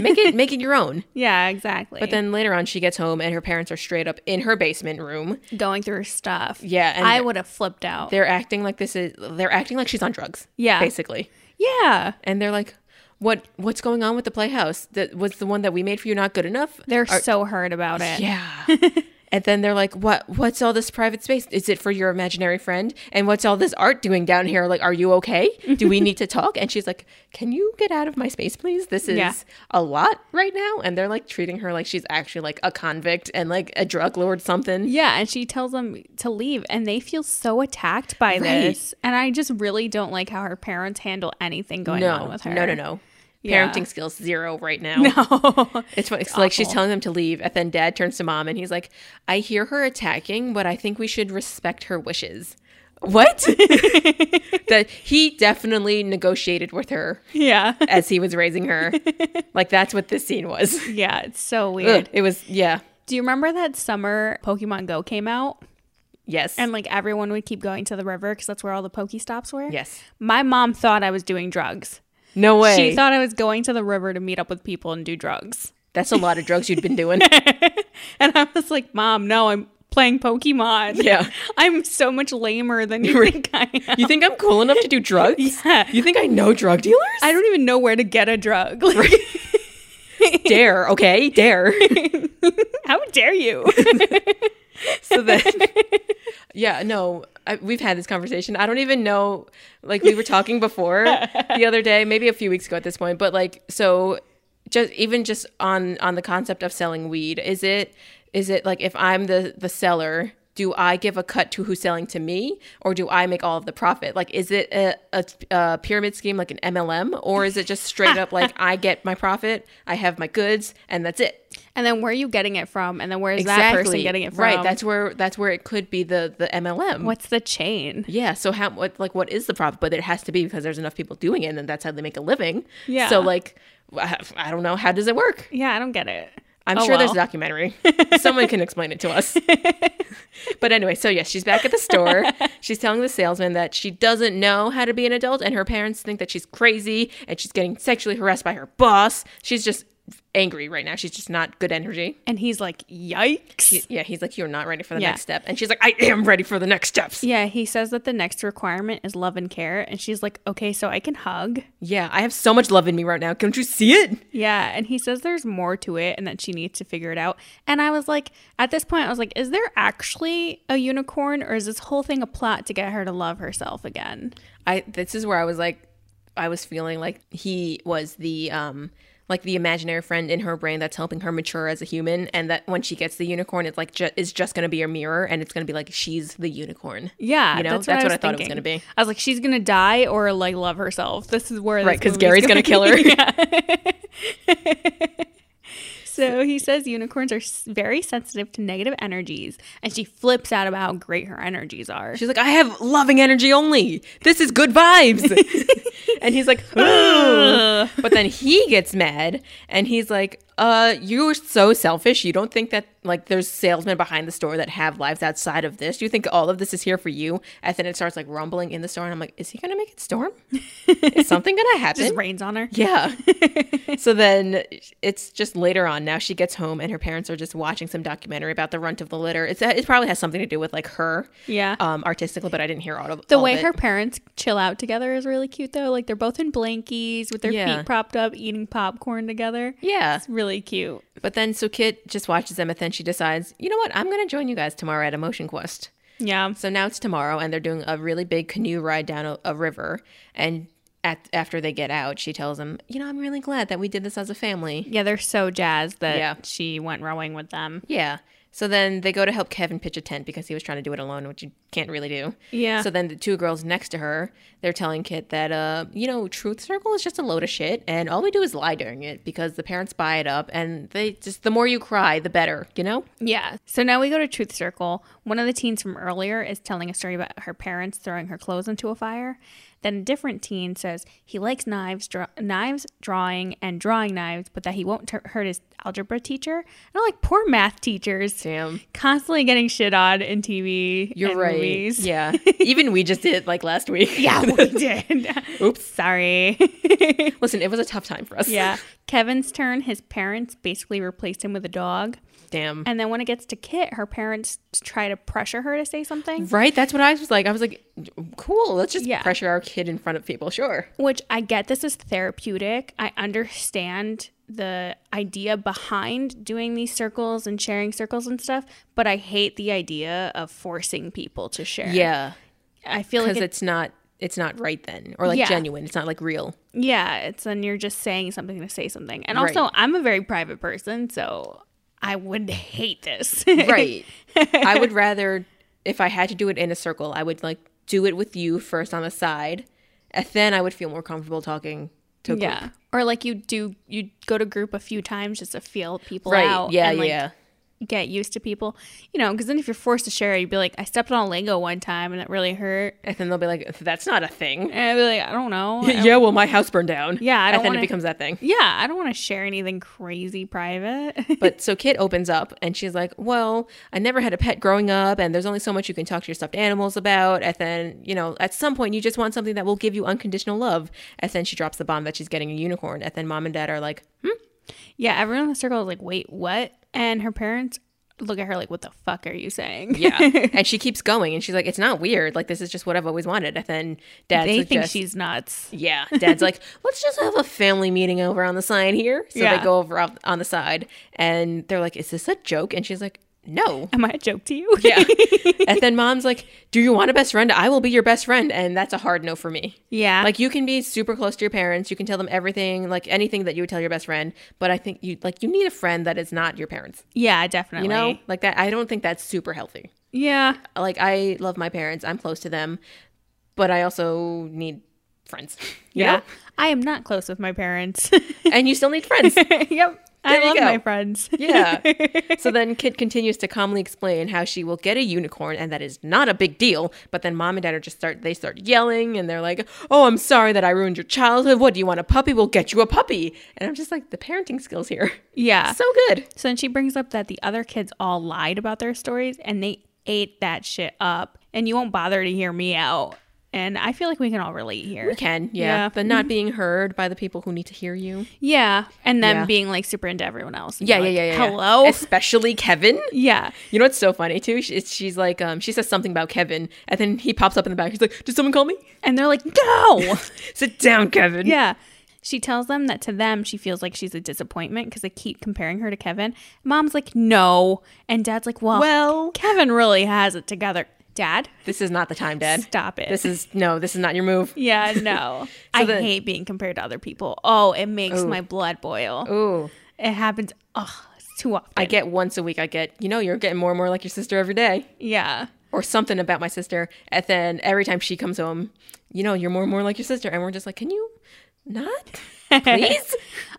make it make it your [laughs] own. Yeah, exactly. But then later on, she gets home and her parents are straight up in her basement room. going through her stuff. Yeah, and I would have flipped out. they're acting like this is they're acting like she's on drugs. Yeah. basically. Yeah. and they're like what what's going on with the playhouse that was the one that we made for you not good enough They're so hurt about it. yeah [laughs] and then they're like what what's all this private space is it for your imaginary friend and what's all this art doing down here like are you okay do we [laughs] need to talk and she's like can you get out of my space please this is Yeah. a lot right now and they're like treating her like she's actually like a convict and like a drug lord something Yeah, and she tells them to leave, and they feel so attacked by this. And I just really don't like how her parents handle anything going on no with her. [laughs] no no no Yeah. parenting skills zero right now no. It's, funny. It's like she's telling them to leave, and then dad turns to mom and he's like, I hear her attacking, but I think we should respect her wishes. What? [laughs] that he definitely negotiated with her yeah, as he was raising [laughs] her. like, that's what this scene was. yeah, it's so weird. Ugh, it was, yeah. Do you remember that summer Pokemon Go came out, Yes. and like everyone would keep going to the river because that's where all the Pokestops were. yes. my mom thought I was doing drugs. No way. She thought I was going to the river to meet up with people and do drugs. that's a lot of drugs you'd been [laughs] doing. And I was like, Mom, no, I'm playing Pokemon. yeah. [laughs] I'm so much lamer than [laughs] you think I am. You think I'm cool enough to do drugs? Yeah. You think I know drug dealers? I don't even know where to get a drug. [laughs] Like, dare, okay? Dare. [laughs] how dare [laughs] you? so then yeah no I, we've had this conversation i don't even know like we were talking before the other day maybe a few weeks ago at this point but like so just even just on on the concept of selling weed is it is it like if i'm the the seller do i give a cut to who's selling to me or do i make all of the profit like is it a, a, a pyramid scheme like an mlm or is it just straight up like i get my profit i have my goods and that's it And then where are you getting it from? And then where is that person getting it from? Right. That's where that's where it could be the the MLM. what's the chain? Yeah. So how what like what is the profit? But it has to be because there's enough people doing it, and that's how they make a living. Yeah. So like, I I don't know. How does it work? Yeah, I don't get it. I'm Oh, sure there's a well. documentary. [laughs] Someone can explain it to [laughs] us. but anyway, so yes, she's back at the store. She's telling the salesman that she doesn't know how to be an adult, and her parents think that she's crazy, and she's getting sexually harassed by her boss. She's just angry right now. She's just not good energy. And he's like, yikes. Y- Yeah, he's like, you're not ready for the Yeah. next step. And she's like, I am ready for the next steps. yeah, he says that the next requirement is love and care. And she's like, okay, so I can hug. Yeah, I have so much love in me right now. Don't you see it? Yeah, and he says there's more to it and that she needs to figure it out. And I was like, at this point, I was like, is there actually a unicorn or is this whole thing a plot to get her to love herself again? I this is where I was like I was feeling like he was the um like the imaginary friend in her brain that's helping her mature as a human and that when she gets the unicorn it's like ju- it's just going to be a mirror and it's going to be like she's the unicorn. Yeah, You know, that's what, that's I, what was I thought it was thinking. gonna be. I was like, she's gonna die or like love herself. This is where Right, cuz Gary's going to kill her. [laughs] [laughs] So he says unicorns are s- very sensitive to negative energies, and she flips out about how great her energies are. She's like, I have loving energy only. This is good vibes. and he's like, "Ugh." but then he gets mad and he's like, uh, you're so selfish. You don't think that like there's salesmen behind the store that have lives outside of this. You think all of this is here for you. And then it starts like rumbling in the store, and I'm like, is he gonna make it storm? is something gonna happen? Just rains on her. Yeah. so then it's just later on. Now she gets home and her parents are just watching some documentary about the runt of the litter. It's, uh, it probably has something to do with like her Yeah. um, artistically, but I didn't hear all of the all of way it. her parents chill out together is really cute though. Like they're both in blankies with their Yeah. feet propped up, eating popcorn together. Yeah. It's really cute. But then so Kit just watches them and then she decides, you know what, I'm gonna join you guys tomorrow at Emotion Quest. Yeah. So now it's tomorrow and they're doing a really big canoe ride down a, a river and at, after they get out, she tells them, you know, I'm really glad that we did this as a family. Yeah, they're so jazzed that Yeah. she went rowing with them. Yeah. So then they go to help Kevin pitch a tent because he was trying to do it alone, which you can't really do. Yeah. So then the two girls next to her, they're telling Kit that, uh, you know, Truth Circle is just a load of shit, and all we do is lie during it because the parents buy it up, and they just the more you cry, the better, you know. Yeah. So now we go to Truth Circle. One of the teens from earlier is telling a story about her parents throwing her clothes into a fire. Then a different teen says he likes knives, draw- knives, drawing, and drawing knives, but that he won't tur hurt his algebra teacher. And I'm like, poor math teachers, Damn. constantly getting shit on in TV. You're and right. Movies. Yeah. [laughs] Even we just did like last week. [laughs] Yeah, we [laughs] did. Oops. Sorry. Listen, it was a tough time for us. yeah. [laughs] Kevin's turn. His parents basically replaced him with a dog. [laughs] Damn. And then when it gets to Kit, her parents try to pressure her to say something, Right. That's what I was like. I was like, cool. Let's just Yeah. pressure our kid in front of people. Sure. which I get this is therapeutic. I understand the idea behind doing these circles and sharing circles and stuff, but I hate the idea of forcing people to share. Yeah. I feel like Because it, it's not. It's not right then, or like Yeah. genuine. It's not [laughs] like real. yeah, it's and you're just saying something to say something. And Right. also, I'm a very private person, so I would [laughs] hate this. Right. I would rather, if I had to do it in a circle, I would like do it with you first on the side, and then I would feel more comfortable talking to. a group. [laughs] Yeah. Or like you do, you go to group a few times just to feel people Right. out. yeah. and, like, yeah. get used to people, you know, because then if you're forced to share, you'd be like, I stepped on a Lego one time and it really hurt. And then they'll be like, "That's not a thing." And I'd be like, I don't know. I don't- [laughs] yeah. Well, my house burned down. Yeah, I don't and then wanna- it becomes that thing. yeah, I don't want to share anything crazy private. [laughs] But so Kit opens up and she's like, Well, I never had a pet growing up, and there's only so much you can talk to your stuffed animals about. And then, you know, at some point, you just want something that will give you unconditional love. And then she drops the bomb that she's getting a unicorn. And then mom and dad are like, yeah, everyone in the circle is like, wait, what? And her parents look at her like, what the fuck are you saying? Yeah. and she keeps going and she's like, It's not weird. Like, this is just what I've always wanted. And then dad [laughs] they think suggests, she's nuts. Yeah. Dad's like, Let's just have a family meeting over on the side here. So Yeah. they go over up on the side and they're like, Is this a joke? And she's like, No. Am I a joke to you? [laughs] Yeah. and then mom's like, Do you want a best friend? I will be your best friend. And that's a hard no for me. yeah. Like, you can be super close to your parents. You can tell them everything, like anything that you would tell your best friend. But I think you, like, you need a friend that is not your parents, yeah, definitely. you know? Like, that, I don't think that's super healthy. Yeah. Like, I love my parents. I'm close to them. But I also need friends. you Yeah. know? I am not close with my parents. [laughs] And you still need friends. yep. There I you love go. my friends. [laughs] Yeah. so then Kit continues to calmly explain how she will get a unicorn and that is not a big deal. But then mom and dad are just start they start yelling and they're like, Oh, I'm sorry that I ruined your childhood. What do you want a puppy? We'll get you a puppy. And I'm just like, the parenting skills [laughs] here. Yeah. So good. So then she brings up that the other kids all lied about their stories and they ate that shit up. And you won't bother to hear me out. And I feel like we can all relate here. You can, yeah. Mm-hmm. Yeah. But not being heard by the people who need to hear you. Yeah. And them Yeah. being like super into everyone else. And Yeah, you're yeah, like, yeah, yeah. Hello? Especially Kevin. yeah. You know what's so funny too? She- it's- She's like, um, she says something about Kevin, and then he pops up in the back. He's like, "Did someone call me? And they're like, [laughs] no. Sit down, Kevin." yeah. She tells them that to them, she feels like she's a disappointment because they keep comparing her to Kevin. Mom's like, no. And dad's like, well, Well- Kevin really has it together. Dad, This is not the time, Dad. stop it. This is no. This is not your move. Yeah, [laughs] no. I then- hate being compared to other people. Oh, it makes my blood boil. Ooh. It happens oh, it's too often. I get once a week. I get, you know, you're getting more and more like your sister every day, yeah. or something about my sister. And then every time she comes home, you know, you're more and more like your sister. And we're just like, can you [laughs] not? Please?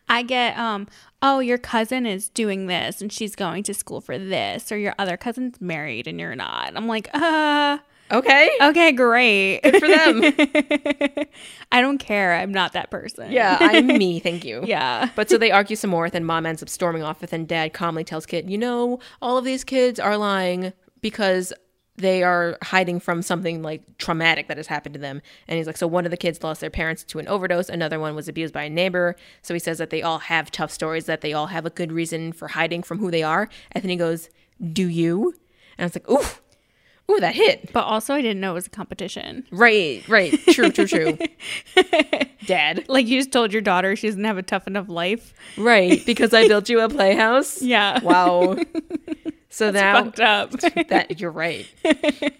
I get um oh your cousin is doing this and she's going to school for this or your other cousin's married and you're not. I'm like, uh Okay. Okay, great. Good for them. [laughs] I don't care. I'm not that person. yeah, I'm me. Thank you. yeah. But so they argue some more, then mom ends up storming off, but then dad calmly tells Kit, you know, all of these kids are lying because they are hiding from something like traumatic that has happened to them. And he's like, so one of the kids lost their parents to an overdose, another one was abused by a neighbor. So he says that they all have tough stories, that they all have a good reason for hiding from who they are. And then he goes, Do you? And I was like, Ooh, ooh, that hit. But also, I didn't know it was a competition. Right, right. True, true, [laughs] true. Dad. Like you just told your daughter she doesn't have a tough enough life. Right. Because I built you a playhouse. Yeah. Wow. So now [laughs] Fucked [laughs] up. that you're right.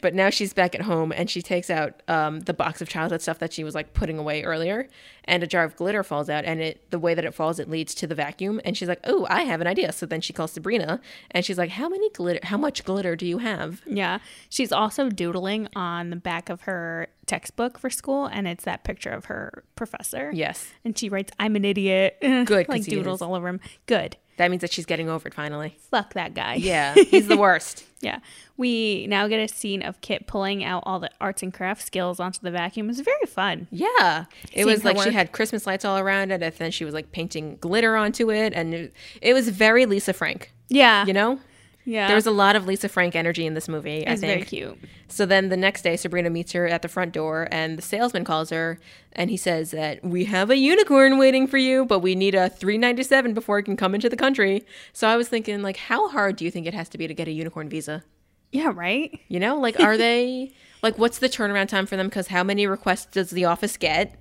but now she's back at home and she takes out um, the box of childhood stuff that she was like putting away earlier, and a jar of glitter falls out, and it the way that it falls, it leads to the vacuum, and she's like, "Oh, I have an idea." So then she calls Sabrina, and she's like, "How many glitter? How much glitter do you have?" yeah. She's also doodling on the back of her textbook for school, and it's that picture of her professor. Yes, And she writes, I'm an idiot. [laughs] Good, 'cause like he doodles is. all over him. Good. that means that she's getting over it finally. Fuck that guy. Yeah, [laughs] he's the worst. [laughs] Yeah. We now get a scene of Kit pulling out all the arts and crafts skills onto the vacuum. It's very fun. Yeah, it Seeing was her like she work. had Christmas lights all around it, and then she was like painting glitter onto it, and it, it was very Lisa Frank. Yeah. You know, yeah. there was a lot of Lisa Frank energy in this movie. I it's think very cute. So then the next day, Sabrina meets her at the front door, and the salesman calls her, and he says that we have a unicorn waiting for you, but we need a three ninety seven before it can come into the country. So I was thinking, like, how hard do you think it has to be to get a unicorn visa? Yeah, right? You know, [laughs] like, are they like, what's the turnaround time for them? Because how many requests does the office get?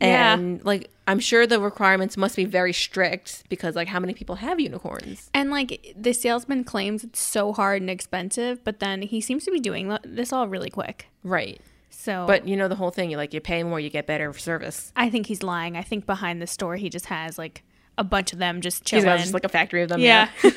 Yeah. And like, I'm sure the requirements must be very strict because like, how many people have unicorns? And like the salesman claims it's so hard and expensive, but then he seems to be doing lo- this all really quick. Right. So, But you know the whole thing, you like you pay more, you get better service. I think he's lying. I think behind the store he just has like a bunch of them just He's chilling. got just like a factory of them. yeah, [laughs]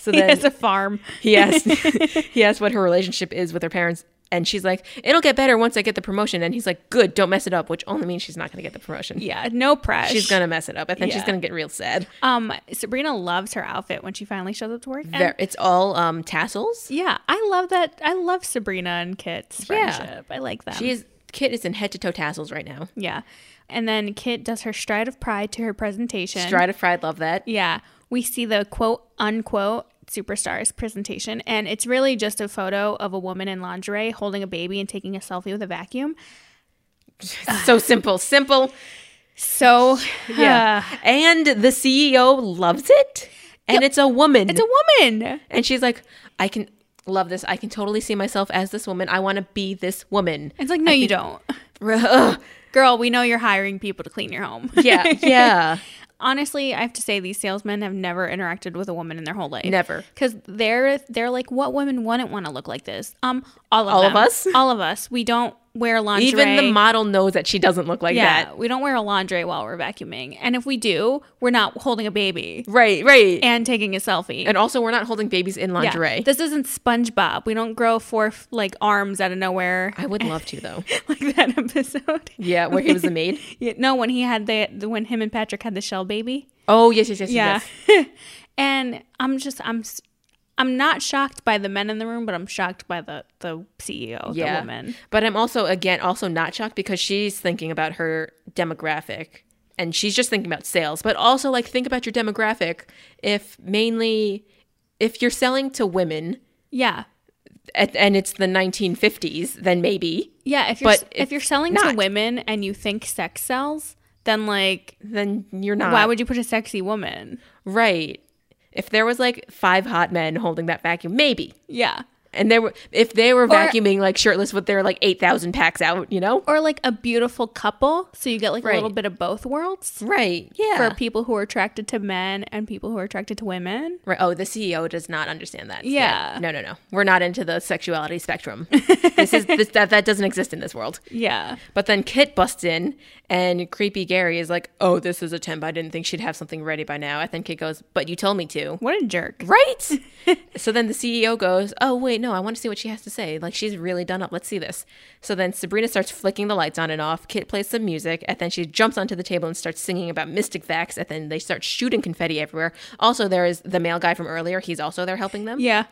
So he [laughs] then has a farm. he [laughs] asked [laughs] he asked what her relationship is with her parents and she's like it'll get better once i get the promotion and he's like good don't mess it up which only means she's not going to get the promotion Yeah, Uh, no press. she's going to mess it up and then she's Yeah. going to get real sad Um, Sabrina loves her outfit when she finally shows up to work. and- There- it's all um, tassels yeah, I love that. I love Sabrina and Kit's Yeah. friendship. I like that. she is kit is in head to toe tassels right now yeah, and then Kit does her stride of pride to her presentation. stride of pride love that Yeah. We see the quote unquote superstars presentation, and it's really just a photo of a woman in lingerie holding a baby and taking a selfie with a vacuum. so simple simple So, [sighs] uh, yeah. and the ceo loves it and it's a woman it's a woman. and she's like i can love this i can totally see myself as this woman i want to be this woman It's like, no, you don't. Ugh. Girl, we know you're hiring people to clean your [laughs] home. yeah [laughs] yeah Honestly, I have to say these salesmen have never interacted with a woman in their whole life. Never. Because they're they're like, what women wouldn't want to look like this? Um, all of All of them. us? all of us. We don't wear lingerie. Even the model knows that she doesn't look like yeah, that. we don't wear a laundry while we're vacuuming, and if we do, we're not holding a baby. Right, right. And, and taking a selfie. also, we're not holding babies in Yeah. lingerie. This isn't SpongeBob. We don't grow four f- like arms out of nowhere I would love [laughs] to, though. like that episode. yeah, where he was the maid. [laughs] Yeah, no, when he had the, the when him and Patrick had the shell baby. Oh, yes, yes, yes, yeah. yes. [laughs] and I'm just I'm s- I'm not shocked by the men in the room, but I'm shocked by the the CEO, Yeah. the woman. But I'm also, again, also not shocked because she's thinking about her demographic and she's just thinking about sales. But also, like, think about your demographic. If mainly, if you're selling to women Yeah. at, and it's the 1950s, then maybe, Yeah, if you're But s- if you're it's selling not. to women and you think sex sells, then like then you're not. why would you put a sexy woman? right. If there was like five hot men holding that vacuum, maybe. Yeah. And they were if they were vacuuming like shirtless with their like eight thousand packs out, you know? Or like a beautiful couple, so you get like a Right. little bit of both worlds. Right. Yeah. for people who are attracted to men and people who are attracted to women. right. Oh, the CEO does not understand that. Yeah. No, no, no. We're not into the sexuality spectrum. [laughs] this is this, that that doesn't exist in this world. Yeah. But then Kit busts in and creepy Gary is like, Oh, this is a temp. I didn't think she'd have something ready by now. And then Kit goes, But you told me to. What a jerk. Right? so then the CEO goes, Oh, wait, no, I want to see what she has to say. Like, she's really done up. Let's see this. So then Sabrina starts flicking the lights on and off. Kit plays some music, and then she jumps onto the table and starts singing about mystic facts. And then they start shooting confetti everywhere. Also, there is the male guy from earlier. He's also there helping them. Yeah.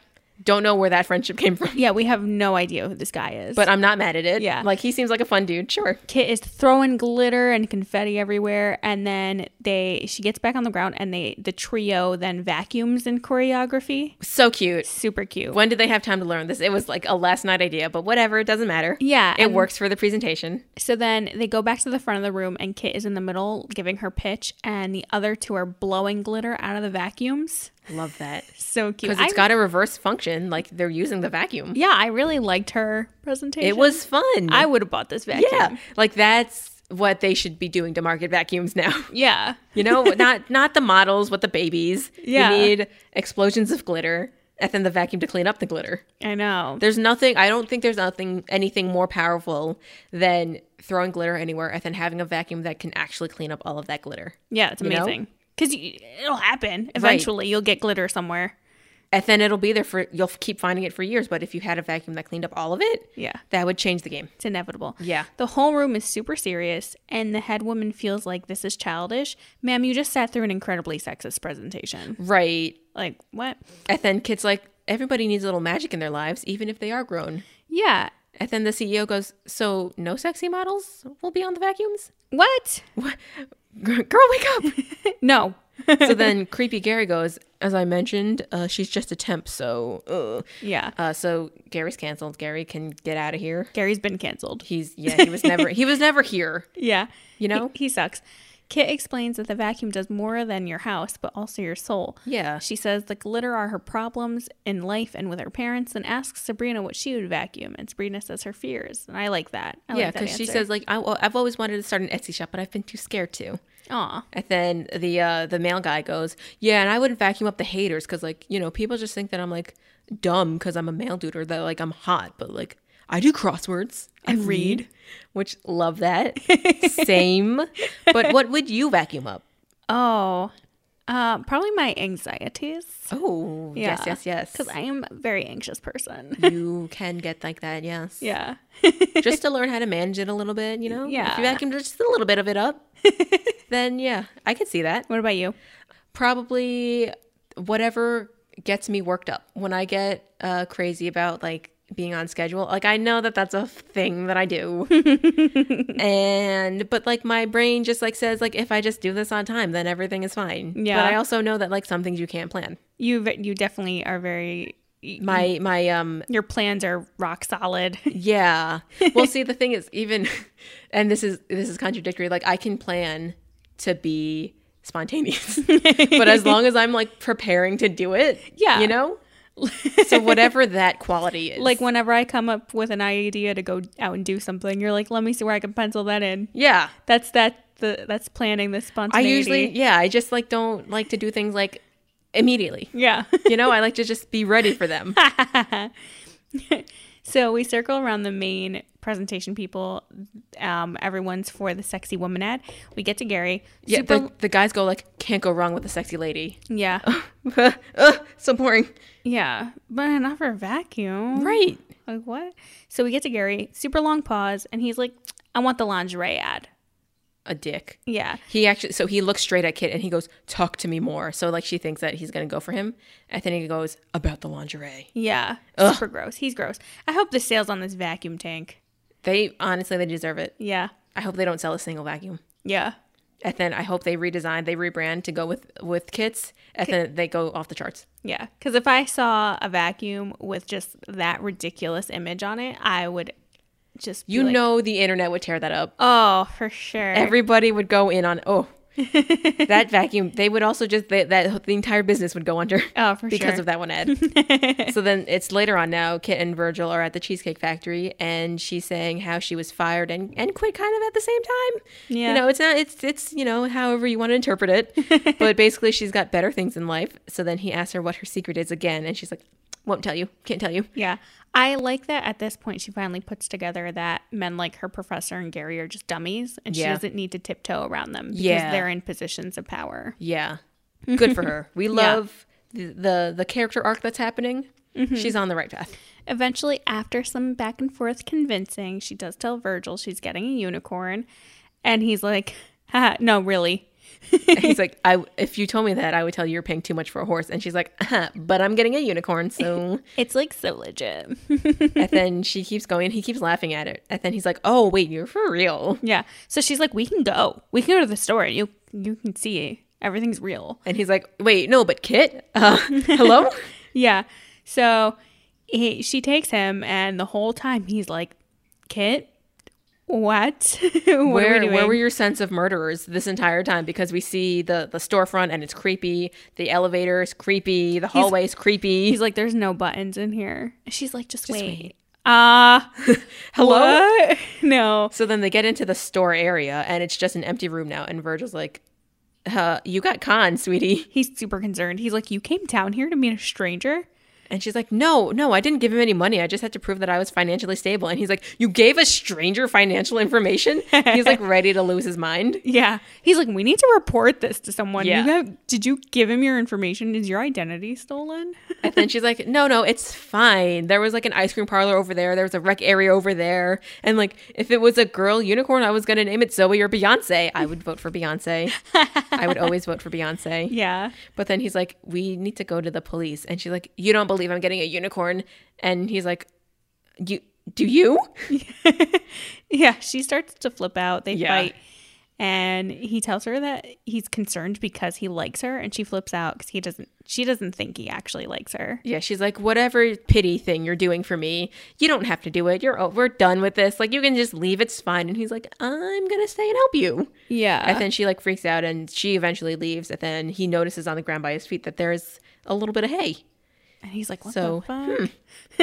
Don't know where that friendship came [laughs] from, Yeah, we have no idea who this guy is. but I'm not mad at it. Yeah. Like he seems like a fun dude. Sure. Kit is throwing glitter and confetti everywhere, and then they she gets back on the ground, and they the trio then vacuums in choreography. So cute. Super cute. When did they have time to learn this? It was like a last night idea, but whatever, it doesn't matter. Yeah, It and- works for the presentation. So then they go back to the front of the room, and Kit is in the middle giving her pitch, and the other two are blowing glitter out of the vacuums. Love that. So cute. Because it's I- got a reverse function, like they're using the vacuum. yeah, I really liked her presentation. It was fun. I would have bought this vacuum. yeah. Like that's what they should be doing to market vacuums now. Yeah. [laughs] You know, not not the models, but the babies. Yeah. You need explosions of glitter and then the vacuum to clean up the glitter. I know. There's nothing I don't think there's nothing anything more powerful than throwing glitter anywhere and then having a vacuum that can actually clean up all of that glitter. Yeah, it's know? amazing. Because it'll happen eventually. You'll get glitter somewhere. And then it'll be there for you'll keep finding it for years, but if you had a vacuum that cleaned up all of it, Yeah. that would change the game. It's inevitable. Yeah. The whole room is super serious, and the head woman feels like this is childish. Ma'am, you just sat through an incredibly sexist presentation. Right. Like, what? And then kids like everybody needs a little magic in their lives, even if they are grown. Yeah. And then the CEO goes, "So no sexy models will be on the vacuums? What? [laughs] What? Girl, wake up!" No. so then creepy Gary goes, "As I mentioned, uh, she's just a temp, so uh. Yeah. uh, so Gary's canceled. Gary can get out of here. Um, Gary's been canceled. He's yeah, he was never he was never here. Yeah. You know? He, he sucks. Kit explains that the vacuum does more than your house, but also your soul. Yeah, She says the glitter are her problems in life and with her parents, and asks Sabrina what she would vacuum. And Sabrina says her fears, and I like that. [laughs] I yeah, like that because she answer. says like I, I've always wanted to start an Etsy shop, but I've been too scared to. "Aw, And then the uh, the male guy goes, yeah, and I wouldn't vacuum up the haters because like you know people just think that I'm like dumb because I'm a male dude or that like I'm hot, but like I do crosswords and read, which love that same. But what would you vacuum up? oh, uh, probably my anxieties Oh Yeah. yes, [laughs] yes, because yes. I am a very anxious person." you can get like that, [laughs] yes. yeah, just to learn how to manage it a little bit, you know? If Yeah. you vacuum just a little bit of it [laughs] up, then yeah, I could see that. what about you? Probably whatever gets me worked up. When I get uh, crazy about like being on schedule, like I know that that's a thing that I do. [laughs] and, but like my brain just like says, like, if I just do this on time, then everything is fine. Yeah. But I also know that like some things you can't plan. You ve- you definitely are very. y- My, my, um, Your plans are rock [laughs] solid. Yeah. Well, see, the thing is, even, [laughs] and this is this is contradictory. Like, I can plan to be spontaneous, [laughs] but as long as I'm like preparing to do it, Yeah. you know. [laughs] so whatever that quality is, like whenever I come up with an idea to go out and do something, you're like, "Let me see where I can pencil that in." yeah. That's that. The, that's planning the I spontaneity. usually, yeah, I just like don't like to do things like immediately. [laughs] yeah. You know, I like to just be ready for [laughs] them. So we circle around the main presentation people. Um, everyone's for the sexy woman ad. We get to Gary. Yeah, Super- the, the guys go like, can't go wrong with a sexy lady. yeah. [laughs] Ugh, so boring. yeah. But not for a vacuum. Right. Like, what? So we get to Gary. Super long pause. And he's like, I want the lingerie ad. A dick. Yeah. He actually, so he looks straight at Kit and he goes, "Talk to me more." So like she thinks that he's gonna go for him, and then he goes about the lingerie. Yeah. Super gross. He's gross. I hope the sales on this vacuum tank. They honestly, they deserve it. Yeah. I hope they don't sell a single vacuum. Yeah. And then I hope they redesign, they rebrand to go with with Kit's, and then they go off the charts. Yeah. Because if I saw a vacuum with just that ridiculous image on it, I would just be You like, know, the internet would tear that up. Oh, for sure. Everybody would go in on [laughs] oh. that vacuum they would also just they, that the entire business would go under Oh, for [laughs] because sure. of that one ad [laughs] so then it's later on now kit and virgil are at the cheesecake factory and she's saying how she was fired and, and quit kind of at the same time Yeah. you know it's not it's it's you know however you want to interpret [laughs] it but basically she's got better things in life so then he asks her what her secret is again and she's like won't tell you can't tell you Yeah. I like that at this point she finally puts together that men like her professor and Gary are just dummies and she Yeah. doesn't need to tiptoe around them because Yeah. they're in positions of power. yeah Mm-hmm. good for her [laughs] we love the, the the character arc that's happening Mm-hmm. she's on the [laughs] right path Eventually, after some back and forth convincing, she does tell Virgil she's getting a unicorn and he's like, Haha, no, really. And he's like, I, if you told me that, I would tell you you're paying too much for a horse. And she's like, uh but I'm getting a [laughs] unicorn, so. It's like so legit. and then she keeps going. He keeps laughing at it. And then he's like, oh, wait, you're for real. yeah. So she's like, we can go. We can go to the store. You you can see everything's real. And he's like, wait, no, but Kit? [laughs] Uh, hello? Yeah. So he, she takes him, and the whole time he's like, Kit, what? [laughs] what are we where, where doing?" were your sense of murderers this entire time? Because we see the, the storefront and it's creepy. The elevator is creepy. The hallway is creepy. He's like, there's no buttons in here. And She's like, just, wait." wait. Ah, uh, Hello? what? [laughs] No. So then they get into the store area and it's just an empty room now. And Virgil's like, uh, you got con, sweetie. He's super concerned. He's like, you came down here to meet a stranger? And she's like, no, no, I didn't give him any money. I just had to prove that I was financially stable. And he's like, you gave a stranger financial information? He's like ready to lose his mind. Yeah. He's like, we need to report this to someone. Yeah. You have, did you give him your information? Is your identity stolen? [laughs] And then she's like, no, no, it's fine. There was like an ice cream parlor over there. There was a rec area over there. And like, if it was a girl unicorn, I was going to name it Zoe or Beyonce. I would vote for Beyonce. I would always vote for Beyonce. yeah. But then he's like, "We need to go to the police," and she's like, "You don't believe I'm getting a unicorn?" And he's like, "You do you?" Yeah. [laughs] She starts to flip out. They Yeah. fight. And he tells her that he's concerned because he likes her and she flips out because he doesn't she doesn't think he actually likes her. Yeah, she's like, "Whatever pity thing you're doing for me, you don't have to do it. You're oh, we're done with this. Like you can just leave. It's fine." And he's like, "I'm gonna stay and help you." Yeah. and then she like freaks out, and she eventually leaves. And then he notices on the ground by his feet that there's a little bit of hay. and he's like, What So, hmm. the fuck?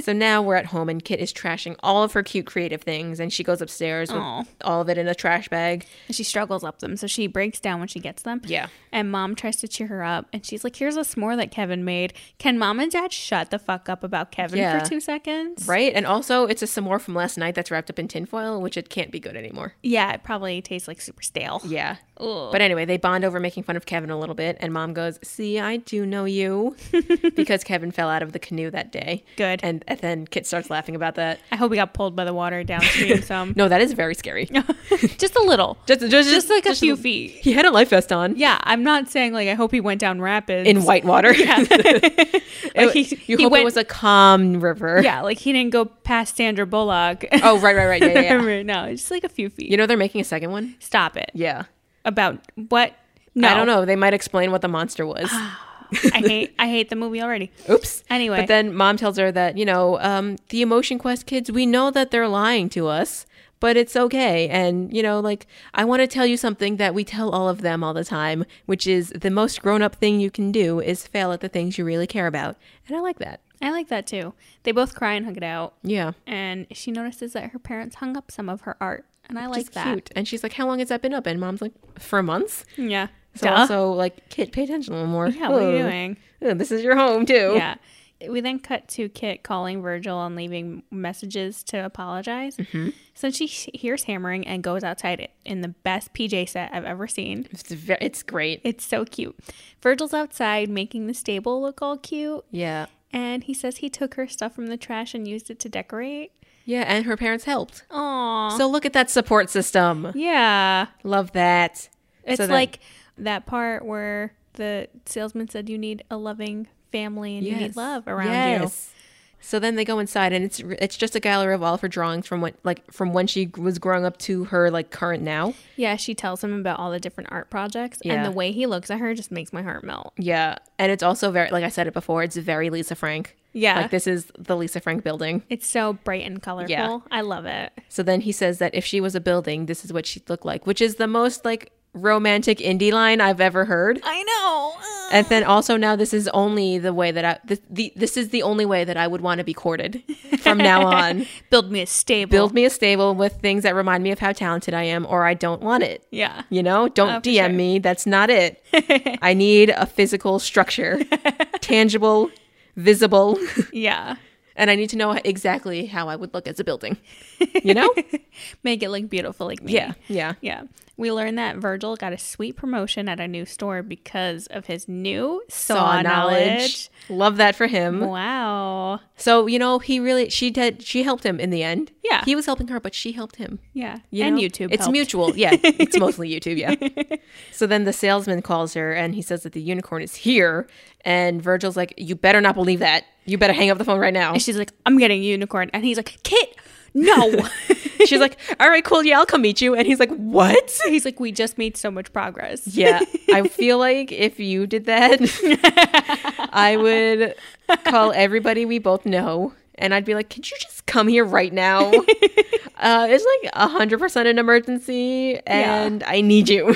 so now we're at home, and Kit is trashing all of her cute creative things, and she goes upstairs with Aw. all of it in a trash bag. And she struggles up them, so she breaks down when she gets them. Yeah. And mom tries to cheer her up, and she's like, "Here's a s'more that Kevin made. Can mom and dad shut the fuck up about Kevin Yeah. for two seconds?" Right? And also, it's a s'more from last night that's wrapped up in tinfoil, which it can't be good anymore. Yeah, it probably tastes like super stale. Yeah. Ugh. But anyway, they bond over making fun of Kevin a little bit, and mom goes, See, I do know [laughs] you. because Kevin fell out of the canoe that day. Good. And, and then Kit starts laughing about that. I hope he got pulled by the water [laughs] downstream some, [laughs] No, that is very scary. just a little, Just, just, just like a few little- feet. [laughs] He had a life vest on Yeah, I'm not saying like I hope he went down rapids [laughs] in white water. [laughs] Yeah. he- you he hope it went- was a calm river. Yeah, like he didn't go past Sandra Bullock. Oh, [laughs] right, right, right. Yeah, yeah, [laughs] yeah. no, it's just like a few feet. You know, they're making a second one? Stop it. Yeah. About what? No, I don't know. They might explain what the monster was. I hate I hate the movie already. Oops. Anyway. But then mom tells her that, you know, um, the Emotion Quest kids, we know that they're lying to us, but it's okay. And, you know, like, I want to tell you something that we tell all of them all the time, which is the most grown up thing you can do is fail at the things you really care about. And I like that. I like that too. They both cry and hug it out, Yeah. and she notices that her parents hung up some of her art, and I It's like that. cute. And she's like, How long has that been up? And mom's like, For months. Yeah. So Duh. also, like, kid, pay attention a little more. yeah, what are you Whoa. doing? Ooh, this is your home, too. Yeah. We then cut to Kit calling Virgil and leaving messages to apologize. So she sh- hears hammering and goes outside it in the best PJ set I've ever seen. It's, ve- it's great. It's so cute. Virgil's outside making the stable look all cute, Yeah. and he says he took her stuff from the trash and used it to decorate. Yeah. And her parents helped. Aww. So look at that support system. yeah. Love that. It's So then- like that part where the salesman said you need a loving family and you need love around you. So then they go inside, and it's it's just a gallery of all of her drawings from when like from when she was growing up to her like current now. you. Yeah, she tells him about all the different art projects Yeah. and the way he looks at her just makes my heart melt. Yeah, and it's also very like I said it before. It's very Lisa Frank. Yeah. like this is the Lisa Frank building. It's so bright and colorful. Yeah. I love it. So then he says that if she was a building, this is what she'd look like, which is the most like romantic indie line I've ever heard. I know. And then also now this is only the way that I this, the, this is the only way that I would want to be courted [laughs] from now on. Build me a stable. build me a stable with things that remind me of how talented I am, or I don't want it. Yeah. You know, don't Oh, for DM sure. me. That's [laughs] not it. I need a physical structure, tangible, visible, [laughs] Yeah. and I need to know exactly how I would look as a building. You know? Make it look beautiful like me. yeah. Yeah. [laughs] Yeah. We learned that Virgil got a sweet promotion at a new store because of his new saw, knowledge. Love that for him. Wow. So, you know, he really she did she helped him in the end. Yeah. He was helping her, but she helped him. Yeah. you and know? YouTube. It's helped. mutual. Yeah. [laughs] It's mostly YouTube, yeah. so then the salesman calls her and he says that the unicorn is here and Virgil's like, You better not believe that. You better hang up the phone [laughs] right now. And she's like, I'm getting a unicorn. And he's like, Kit, [laughs] no. [laughs] She's like, All right, cool, yeah, I'll come meet you and he's like, What? he's like, we just made so much progress. Yeah, [laughs] I feel like if you did that, I would call everybody we both know, and I'd be like, "Could you just come here right now? [laughs] Uh, it's like hundred percent an emergency, and I need you."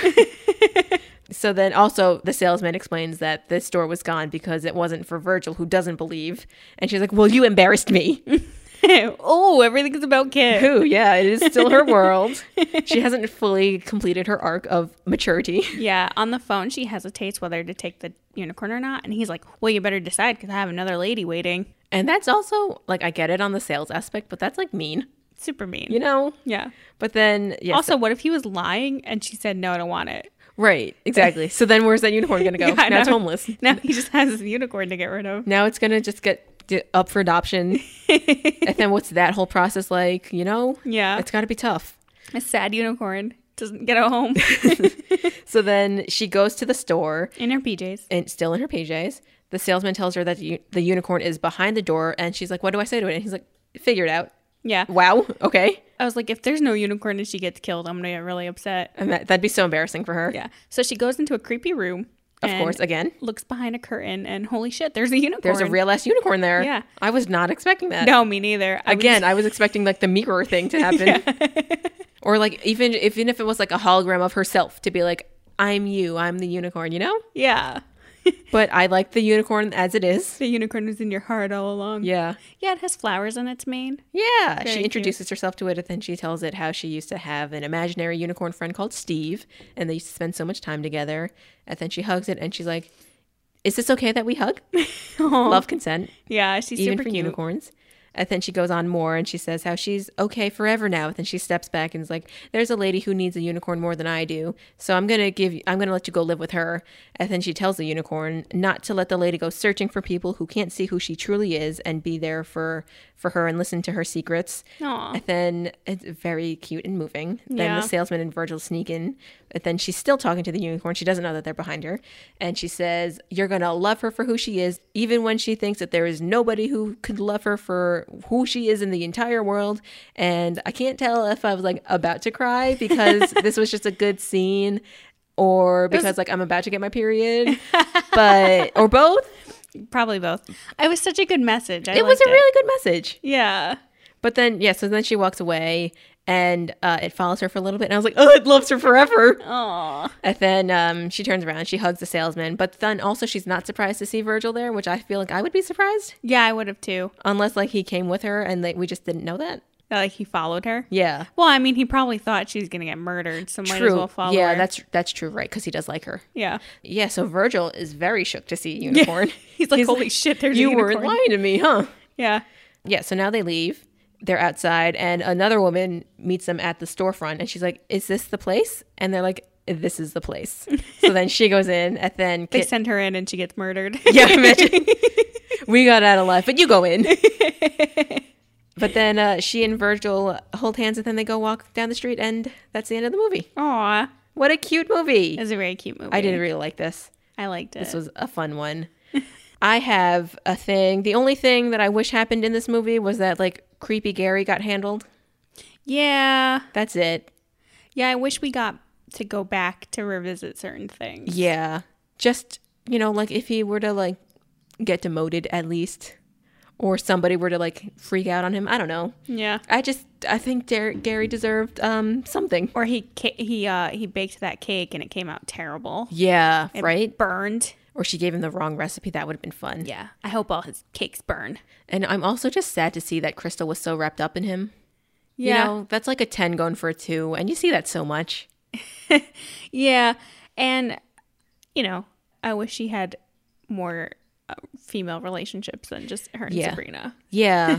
[laughs] so then, also, the salesman explains that this store was gone because it wasn't for Virgil, who doesn't believe, and she's like, "Well, you embarrassed me." [laughs] oh, everything's about Kit. Who? Yeah, it is still her world. [laughs] She hasn't fully completed her arc of maturity. Yeah. On the phone, she hesitates whether to take the unicorn or not. And he's like, well, you better decide because I have another lady waiting. And that's also like I get it on the sales aspect, but that's like mean, Super mean. you know. Yeah. But then yes, Also, what if he was lying and she said, no, I don't want it? [laughs] right, exactly. So then where's that unicorn gonna go? Yeah, I now it's know. homeless. Now he just has his unicorn to get rid of. Now it's gonna just get d- up [laughs] for adoption. and then what's that whole process like? You know, Yeah. it's got to be tough. A sad unicorn doesn't get a [laughs] home So then she goes to the store in her PJs. and still in her PJs. The salesman tells her that u- the unicorn is behind the door, and she's like, "What do I say to it?" And he's like, "Figure it out." Yeah. Wow. Okay. I was like, if there's no unicorn and she gets killed, I'm going to get really upset. And that, that'd be so embarrassing for her. Yeah. So she goes into a creepy room. Of and course. Again. Looks behind a curtain and holy shit, there's a unicorn. There's a real ass unicorn there. Yeah. I was not expecting that. No, me neither. I was- Again, I was expecting like the mirror thing [laughs] to happen. [laughs] or like even even if it was like a hologram of herself to be like, I'm you, I'm the unicorn, you know? yeah. But I like the unicorn as it is. The unicorn was in your heart all along. Yeah. Yeah, it has flowers on its mane. Yeah. Very she cute. introduces herself to it and then she tells it how she used to have an imaginary unicorn friend called Steve and they used to spend so much time together. And then she hugs it and she's like, Is this okay that [laughs] we hug? Love consent. Yeah, she's even super for cute. unicorns. And then she goes on more and she says how she's okay forever now. And then she steps back and is like, There's a lady who needs a unicorn more than I do. So I'm gonna give you I'm gonna let you go live with her. And then she tells the unicorn not to let the lady go searching for people who can't see who she truly is and be there for for her and listen to her secrets. Aw. And then it's very cute and moving. Then Yeah. the salesman and Virgil sneak in. But then she's still talking to the unicorn. She doesn't know that they're behind her. And she says, You're going to love her for who she is, even when she thinks that there is nobody who could love her for who she is in the entire world. And I can't tell if I was like about to cry [laughs] because this was just a good scene or because like I'm about to get my period, but or both. Probably both. It was such a good message. I [laughs] It was a liked really good message. Yeah. But then, yeah, so then she walks away and uh, it follows her for a little bit. And I was like, oh, it loves her forever. Aw. And then um, she turns around, she hugs the salesman. But then also, she's not surprised to see Virgil there, which I feel like I would be surprised Yeah, I would have too. unless like he came with her and like, we just didn't know that. Like he followed her. Yeah. Well, I mean, he probably thought she was gonna get murdered, so might as True. well follow yeah, her. that's that's true, right? Because he does like her. yeah. Yeah, so Virgil is very shook to see [laughs] a unicorn. He's like, holy shit, there's a you unicorn. weren't lying to me, huh? Yeah. Yeah, so now they leave. They're outside, and another woman meets them at the storefront, and she's like, "Is this the place?" And they're like, "This is the place." so then she goes in, and then They Kit- send her in and she gets murdered. yeah, imagine. we got out alive, but you go in. but then uh, she and Virgil hold hands, and then they go walk down the street, and that's the end of the movie. [laughs] Aw. What a cute movie! It was a very cute movie. I did really like this. I liked it. This was a fun one. I have a thing. The only thing that I wish happened in this movie was that like creepy Gary got handled. yeah. That's it. Yeah, I wish we got to go back to revisit certain things. Yeah. Just, you know, like if he were to like get demoted at least or somebody were to like freak out on him, I don't know. Yeah. I just I think Dar- Gary deserved um something. Or he ca- he uh he baked that cake and it came out terrible. Yeah, right? Burned. Or she gave him the wrong recipe. That would have been fun. Yeah. I hope all his cakes burn. And I'm also just sad to see that Crystal was so wrapped up in him. Yeah. You know, that's like a 10 going for a 2, and you see that so much. Yeah. And you know, I wish she had more uh, [laughs] female relationships than just her and Yeah. Sabrina. Yeah.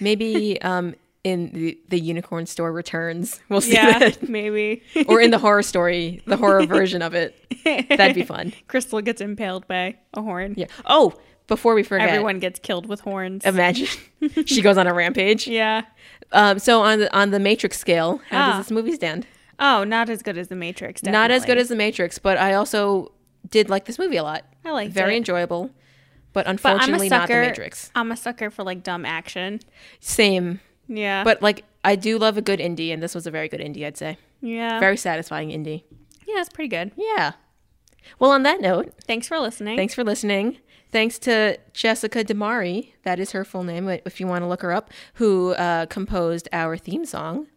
Maybe um in the, the unicorn store returns. We'll see Yeah, that. maybe. [laughs] Or in the horror story, the horror version of it. That'd be fun. Crystal gets impaled by a horn. Yeah. Oh, before we forget, Everyone gets killed with horns. imagine [laughs] she goes on a rampage. yeah. Um, so on the on the Matrix scale, how Ah. does this movie stand? Oh, not as good as The Matrix. Definitely. Not as good as the Matrix, but I also did like this movie a lot. I liked very it. enjoyable, but But I'm unfortunately a not the sucker. Matrix. I'm a sucker for like dumb action. Same, Yeah. but like I do love a good indie, and this was a very good indie. I'd say yeah. very satisfying indie. yeah, it's pretty good. Yeah. Well, on that note, Thanks for listening. Thanks for listening. Thanks to Jessica Damari, that is her full name if you want to look her up, who uh, composed our theme song.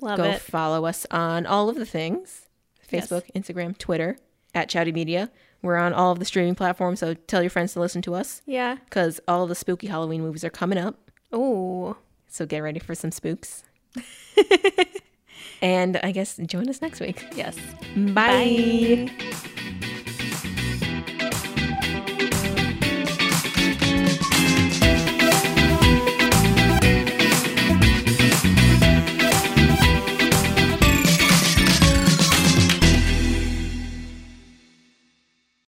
Love Go it. follow us on all of the things Yes. Facebook, Instagram, Twitter, at Chowdy Media. We're on all of the streaming platforms, so tell your friends to listen to us yeah. because all of the spooky Halloween movies are coming up. Ooh. So get ready for some spooks. [laughs] and I guess join us next week. Yes. Bye. [laughs] Bye.